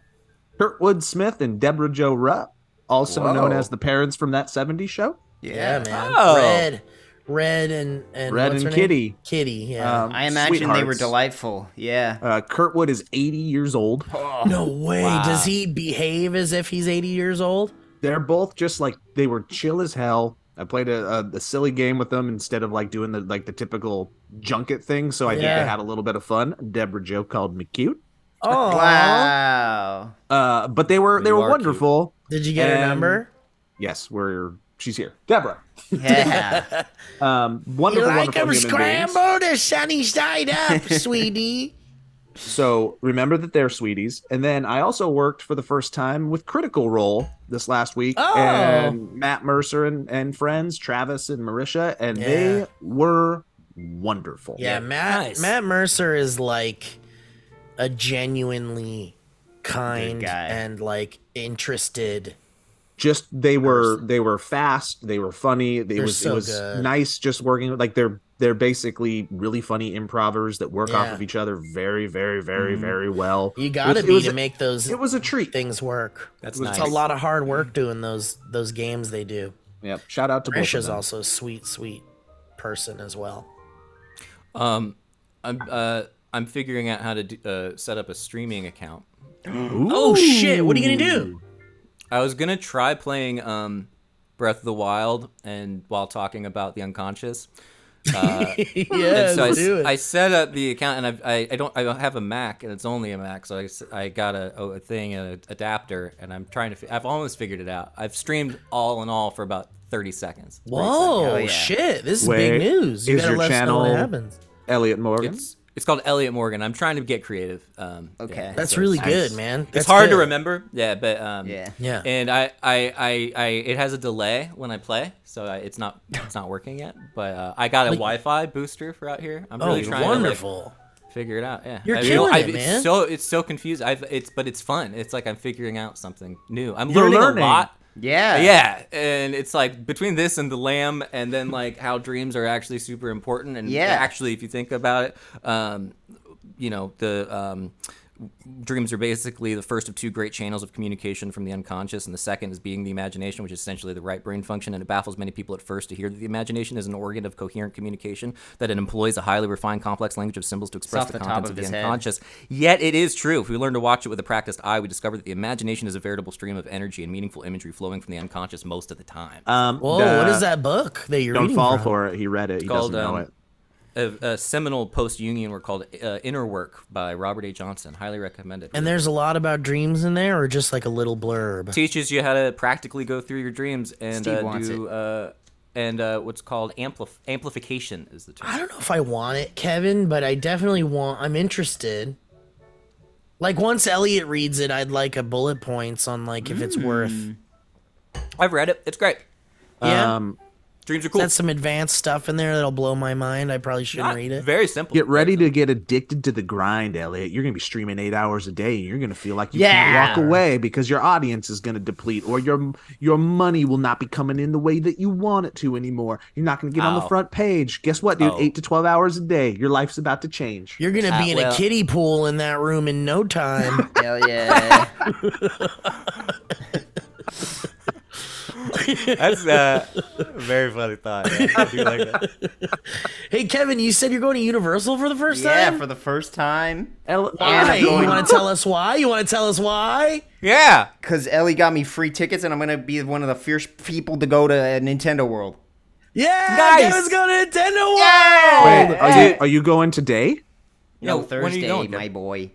Kurtwood Smith and Deborah Jo Rupp, also
Whoa.
known as the parents from that 70s show.
Yeah, man.
Oh.
Red, red, and and
Red and
what's her name?
Kitty.
Kitty, yeah.
Um,
I imagine they were
sweethearts.
delightful. Yeah.
Uh, Kurtwood is 80 years old.
Oh.
no way.
wow.
Does he behave as if he's 80 years old?
They're both just like they were chill as hell. I played a, a, a silly game with them instead of like doing the like the typical junket thing. So I think
Yeah.
they had a little bit of fun. Deborah Jo called me cute,
Oh,
Wow.
uh, but they were they
You
were
are
wonderful.
did you get her
And-
number?
Yes, we're she's here, Deborah.
Yeah.
Um,
You
wonderful,
like
wonderful human
him
beings.
scrambled or sunny side up, sweetie?
So remember that they're sweeties. And then I also worked for the first time with Critical Role this last week.
Oh.
And Matt Mercer and, and friends, Travis and Marisha, and
Yeah.
they were wonderful.
Yeah, Matt
Nice.
Matt Mercer is like a genuinely kind
Good guy.
and like interested.
Just they were they were fast, they were funny. It was
so
it was
good.
nice just working with like they're they're basically really funny improvers that work off
Yeah. Mm-hmm.
of each other very, very, very, very well.
You
It
gotta
was- it
be
was
to
a-
make those
it was a treat.
things work. Mm.
That's
it's
nice.
a lot of hard work doing those those games they do.
Yep. Shout out to both of
Marisha's
them.
also a sweet, sweet person as well.
Um, I'm uh, I'm figuring out how to do, uh, set up a streaming account.
Oh shit, what are you gonna do?
I was gonna try playing um, Breath of the Wild, and while talking about the unconscious,
yeah,
and so I,
do
s-
it.
I set up the account, and I've, I I don't I don't have a Mac, and it's only a Mac, so I, s- I got a, a thing an adapter, and I'm trying to fi- I've almost figured it out. I've streamed all in all for about thirty seconds.
Whoa,
Oh, yeah.
shit, this is
Wait,
big news. You
is
gotta
your
let us know
channel-
what happens.
Elliot Morgan.
It's it's called Elliot Morgan. I'm trying to get creative. Um, yeah.
Okay.
That's
So
really
it's-
good, man.
It's hard to remember. Yeah, but um,
Yeah.
Yeah.
And I, I, I, I, it has a delay when I play, so I, it's not, it's not working yet. But uh, I got a Wi-Fi booster for out here. I'm really
Oh,
trying
wonderful.
to like, figure it out. Yeah,
You're
I
killing
I've-
it, man.
It's so it's so confusing. I've, it's but it's fun. It's like I'm figuring out something new. I'm
You're
learning,
learning.
a lot.
Yeah.
Yeah, and it's like between this and the lamb, and then like how dreams are actually super important, and
Yeah.
actually, if you think about it, um, you know the um, dreams are basically the first of two great channels of communication from the unconscious, and the second is being the imagination, which is essentially the right brain function. And it baffles many people at first to hear that the imagination is an organ of coherent communication that it employs a highly refined, complex language of symbols to express
off
the,
the top
contents
of
of the
his head.
unconscious unconscious. Yet it is true. If we learn to watch it with a practiced eye, we discover that the imagination is a veritable stream of energy and meaningful imagery flowing from the unconscious most of the time.
Um,
Whoa,
the-
what is that book that you're
Don't
reading
fall
from?
for it. He read it. He
called,
doesn't know
um,
it.
a, a seminal post-union work called uh, Inner Work by Robert A. Johnson. Highly recommended.
And there's a lot about dreams in there, or just like a little blurb.
teaches you how to practically go through your dreams and
Steve
uh,
wants
do uh, and uh, what's called amplif- amplification is the term.
I don't know if I want it, Kevin, but I definitely want. I'm interested. Like once Elliot reads it, I'd like a bullet points on like if it's worth.
I've read it. It's great.
Yeah,
Um,
Dreams are cool.
that's some advanced stuff in there that'll blow my mind. I probably shouldn't
Ah,
read it.
Very simple.
get ready to get addicted to the grind, Elliot. You're going to be streaming eight hours a day. And you're going to feel like you
Yeah.
can't walk away because your audience is going to deplete, or your your money will not be coming in the way that you want it to anymore. You're not going to get on the
Oh.
Ow.
front page. Guess what, dude?
Oh.
Eight to twelve hours a day. Your life's about to change.
You're gonna
Ah,
be in
well-
a kiddie pool in that room in no time.
Hell yeah.
That's uh, a very funny thought. Yeah, I do like that.
Hey, Kevin, you said you're going to Universal for the first
Yeah,
time.
for the first time.
why?
I'm going-
You want to tell us why? You want to tell us why?
Yeah.
Because Ellie got me free tickets, and I'm gonna be one of the first people to go to uh, Nintendo World.
Yeah,
Nice.
Kevin's going to Nintendo World.
Wait, are you
Yeah.
are you going today?
no,
No, when are you
Thursday,
going,
my
Deb?
boy.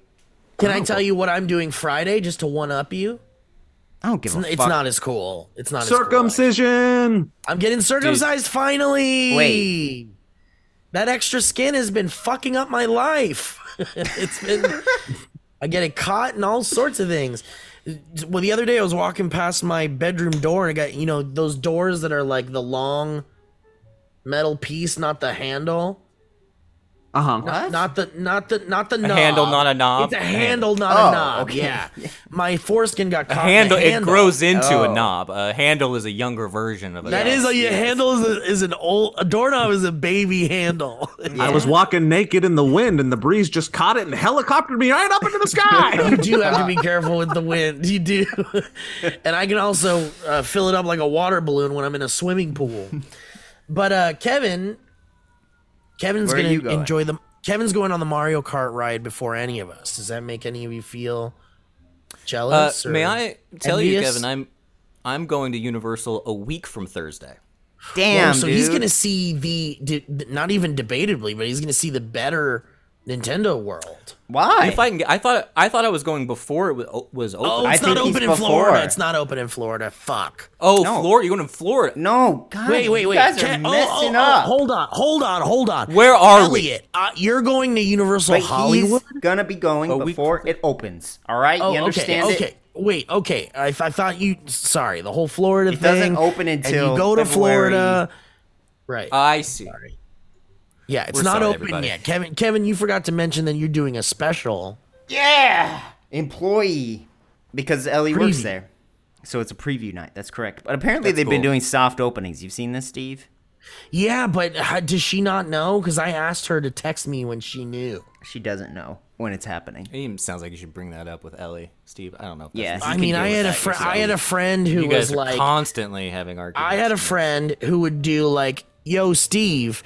Can I tell you what I'm doing Friday just to one up you?
I don't give a
It's
fuck.
not as cool. It's not As cool.
Circumcision.
I'm getting circumcised finally.
Wait.
That extra skin has been fucking up my life. it's been I get it caught and all sorts of things. Well, the other day I was walking past my bedroom door and I got, you know, those doors that are like the long metal piece, not the handle.
Uh huh.
What?
Not the not the not the
A
knob.
handle, not a knob.
It's a
A
handle, not
Oh,
a knob.
okay.
Yeah. My foreskin got caught. in the
handle, it grows into a
Oh.
knob. A handle is a younger version of a
That
knob.
is a handle is, a, is an old a doorknob is a baby handle.
I was walking naked in the wind, and the breeze just caught it and helicoptered me right up into the
you
sky.
do have to be careful with the wind. You do, and I can also uh, fill it up like a water balloon when I'm in a swimming pool. But uh, Kevin, Kevin's
Where are
gonna
you going?
enjoy the. Kevin's going on the Mario Kart ride before any of us. Does that make any of you feel
Uh,
jealous? or Oh,
may I tell you,
envious?
Kevin? I'm I'm going to Universal a week from Thursday.
Damn,
so
dude.
he's gonna see the de- not even debatably, but he's gonna see the better Nintendo world.
Why?
If I can get, I thought I thought I was going before it wa- was open.
Oh,
Oh,
it's
I
not
think he's
open in Florida.
before.
It's not open in Florida. Fuck.
No.
Florida! Oh, You're going to Florida?
no, God.
Wait, wait, wait.
You guys are
Ken- oh,
messing
oh, oh,
up.
hold on, hold on, hold on.
Where are we?
Elliot, uh, you're going to Universal
But
Oh, Hollywood.
he's gonna be going
A week
before it opens. All right,
Oh,
you understand
okay,
it?
okay. Wait, okay. I, I thought you. Sorry, the whole Florida
It
thing.
doesn't open
and
until
you go to
February.
Florida. Right.
I see.
yeah, it's
we're
not
sorry,
open
everybody.
yet. Kevin, Kevin, you forgot to mention that you're doing a special.
Yeah, employee, because Ellie works
Preview.
there, so it's a preview night. That's correct. But apparently they've been
cool.
doing soft openings. You've seen this, Steve?
Yeah, but uh, does she not know? Because I asked her to text me when she knew.
She doesn't know when it's happening.
It even sounds like you should bring that up with Ellie, Steve. I don't know. If that's
Yeah. You
necessary.
I
can
mean,
deal
I
with
had a
that
friend. I
yourself.
had a friend who
you
was
guys are
like,
constantly having arguments.
I had a friend who would do like, "Yo, Steve,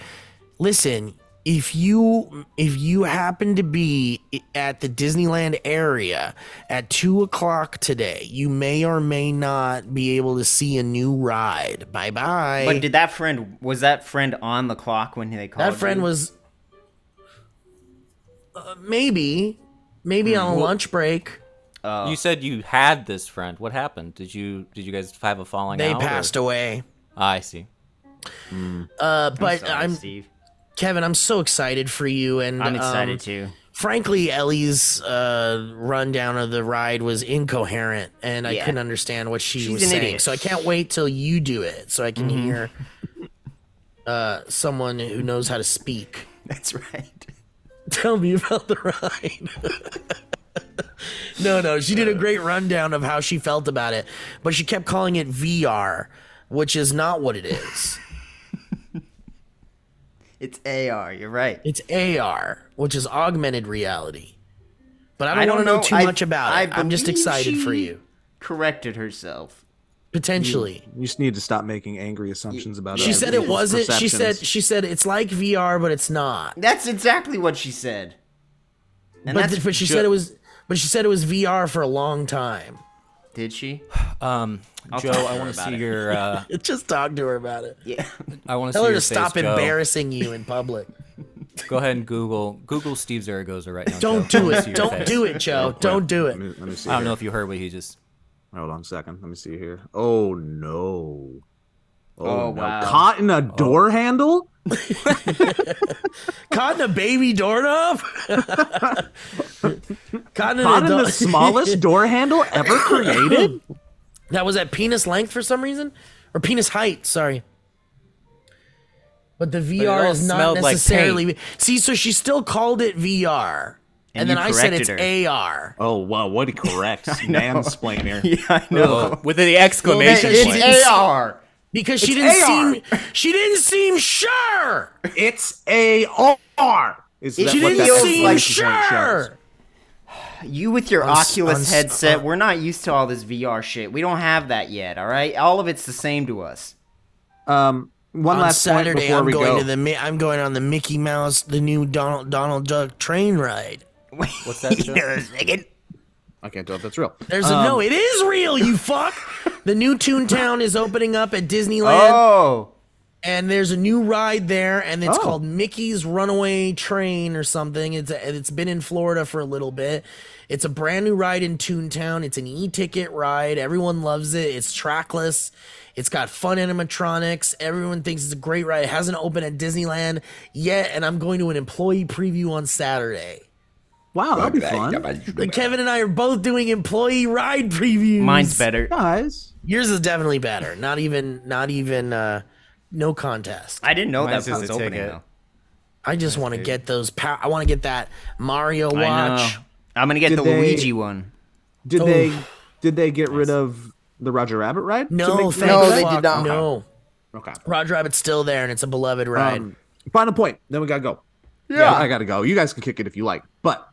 listen, if you if you happen to be i- at the Disneyland area at two o'clock today, you may or may not be able to see a new ride. Bye bye."
But did Oh, that friend was that friend on the clock when they called?
that friend
you?
was uh, maybe maybe
Hmm,
on a lunch break.
You said you had this friend. What happened? Did you did you guys have a falling
They
out? or-
passed away.
I see.
Uh, but
Sorry,
I'm,
Steve.
Kevin. I'm so excited for you, and
I'm
um,
excited too.
frankly, Ellie's uh, rundown of the ride was incoherent, and I
Yeah.
couldn't understand what she
She's
was
an
saying.
idiot. Mm-hmm.
So I can't wait till you do it, so I can hear uh, someone who knows how to speak
That's right.
tell me about the ride. no, no, she did
Uh.
a great rundown of how she felt about it, but she kept calling it VR, which is not what it is.
It's AR. You're right.
It's AR, which is augmented reality. But I don't,
I don't
want to know
know.
too
I-
much about
I
it. I'm just
believe
excited for
she-
you.
Corrected herself.
potentially
You just need to stop making angry assumptions about.
she
other
said it
people's
wasn't she said
perceptions.
she said it's like vr but it's not
That's exactly what she said. And
but,
that's
th- but she
ju-
said it was but she said it was vr for a long time
did she?
Um,
talk to
Joe, I
her
want to
about
see
it.
your. Uh,
just talk to her about it
Yeah.
I want to
tell
see
her
your
to stop
face, Joe.
embarrassing you in public
Go ahead and Google Google Steve Zaragoza right now.
don't
Joe. I
do
wanna see
it
your
don't
face.
do it joe don't do
Let
it
me, let me see.
I don't know
here.
if you heard what he just.
Hold on a second. Let me see here. Oh no. Oh,
Oh,
no.
wow.
Caught in a door handle.
caught in a baby doorknob caught in
Caught
a
in
door-
the smallest door handle ever created.
that was at penis length for some reason or penis height sorry but the vr
all
is not
smelled like
necessarily see so she still called it vr and,
And
then
you
i said
corrected
it's
her.
ar
Oh wow, what a correct mansplainer.
Yeah, I know.
with the exclamation
Well,
point.
she didn't-
it's AR.
because she didn't seem she didn't seem sure
It's A R. Is
She
that
she
what
didn't
that
feels
seem
exclamation point shows?
sure
you with your
On s- on
Oculus
s-
headset,
uh,
we're not used to all this VR shit. We don't have that yet, all right? All of it's the same to us.
Um, one
on
last point
Saturday,
before
I'm
we
going
go.
to the Mi- I'm going on the Mickey Mouse, the new Donald Donald Duck train ride.
What's that? Joe?
I can't tell if that's real.
There's a no. It is real. You fuck. the new Toontown is opening up at Disneyland,
Oh,
and there's a new ride there, and it's
Oh.
called Mickey's Runaway Train or something. It's a, it's been in Florida for a little bit. It's a brand new ride in Toontown. It's an e-ticket ride. Everyone loves it. It's trackless. It's got fun animatronics. Everyone thinks it's a great ride. It hasn't opened at Disneyland yet, and I'm going to an employee preview on Saturday.
Wow, that'd be fun,
But Kevin and I are both doing employee ride previews.
mine's better.
guys.
Yours is definitely better. Not even, not even, uh, no contest.
I didn't know
Mine's
that
just
was
a
opening
ticket.
though.
I just want to get those. Pow- I want to get that Mario watch.
I'm gonna get
Did
the
they-
Luigi one.
Did
Oh.
they did they get rid of the Roger Rabbit ride? to
No,
make-
thank
No, they
fuck,
did not.
No,
Okay.
Roger Rabbit's still there, and it's a beloved ride.
Um, final point. Then we gotta go.
Yeah.
I gotta go. You guys can kick it if you like, but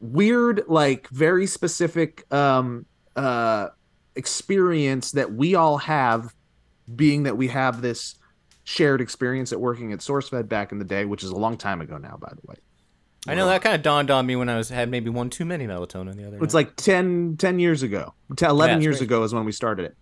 weird, like very specific um uh experience that we all have, being that we have this shared experience at working at SourceFed back in the day, which is a long time ago now, by the way.
I know that kind of dawned on me when I was had maybe one too many melatonin the other.
It's
night.
like 10, 10 years ago, 10, 11
Yeah,
years
right.
ago is when we started it.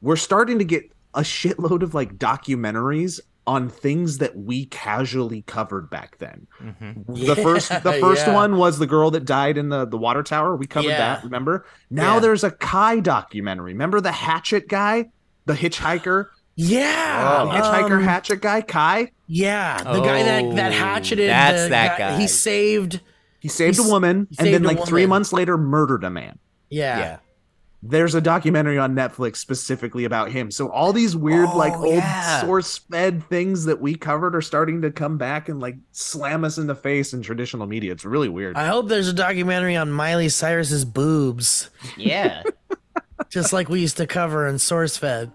We're starting to get a shitload of like documentaries on things that we casually covered back then.
Mhm.
The first the
Yeah,
first
yeah.
one was the girl that died in the, the water tower. We covered
Yeah.
that, remember? Now
Yeah.
there's a Kai documentary. Remember the hatchet guy? The hitchhiker?
yeah,
oh.
The hitchhiker
um,
hatchet guy, Kai?
yeah, the guy that that
Oh,
hatcheted.
that's
the
that guy.
He saved.
He saved a
s-
woman and
he saved
then
a
like three
woman.
months later murdered a man.
Yeah.
yeah.
there's a documentary on Netflix specifically about him. So all these weird, like
Oh,
old source fed things that we covered are starting to come back and like slam us in the face in traditional media. It's really weird.
I hope there's a documentary on Miley Cyrus's boobs,
Yeah.
just like we used to cover in SourceFed.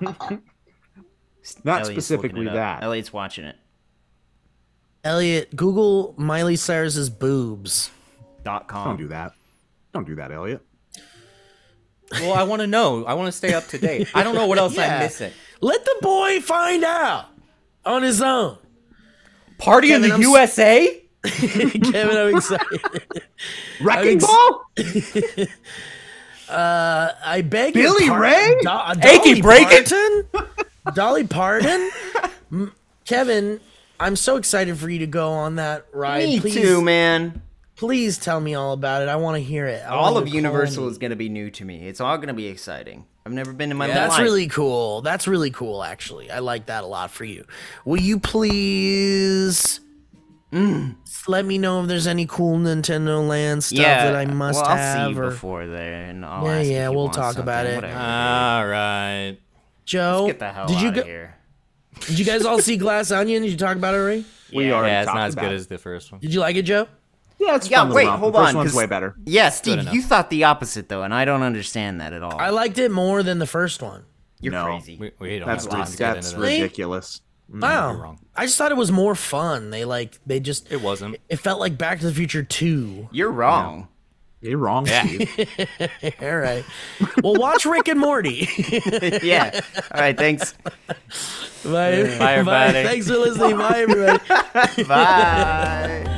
Not
Elliot's looking
specifically
it up.
that.
Elliot's watching it.
Elliot, Google Miley Cyrus's boobs.
Don't
Dot com.
do that. Don't do that, Elliot.
Well, I want to know. I want to stay up to date. I don't know what else
Yeah.
I'm missing.
Let the boy find out on his own.
Party
Kevin,
in the
I'm s-
USA.
Kevin, I'm excited.
Wrecking
ex-
Ball?
I beg
Billy
your
Ray?
Do- uh,
Achy
Dolly
break it?
Parton? Dolly Parton? M- Kevin, I'm so excited for you to go on that ride.
Me
please,
too, man.
Please tell me all about it. I want to hear it. I
All
want
of
you to call
Universal
me.
is gonna be new to me. It's all gonna be exciting. I've never been in my life.
That's really cool. That's really cool, actually. I like that a lot for you. Will you please
Mm.
s- let me know if there's any cool Nintendo Land stuff that I must
well, I'll
have?
see you
or-
before there, and I'll
Yeah,
ask if
yeah,
you
we'll
want
talk about
something,
it.
whatever.
All right.
Joe,
Get the hell
did you
out
go?
of here.
Did you guys all see Glass Onion? Did you talk about it already?
We
Yeah.
already
Yeah, it's
talked
not as
about
good
it.
as the first one.
Did you like it, Joe?
Yeah, it's
Yeah,
fun to
wait,
romp.
hold
the first
on,
one's
'cause-
way better.
Yeah, Steve,
enough.
you thought the opposite though, and I don't understand that at all.
I liked it more than the first one.
You're
No.
crazy.
We, we don't
That's
have time to get
that's
into that.
that.
ridiculous.
Wow,
Mm, you're wrong.
I just thought it was more fun. They like they just
It wasn't.
it felt like Back to the Future Two.
You're wrong.
You're wrong,
Yeah.
Steve.
All right, well watch Rick and Morty.
yeah. All right. Thanks.
bye,
Bye, everybody.
Thanks for listening. Bye, everybody.
Bye.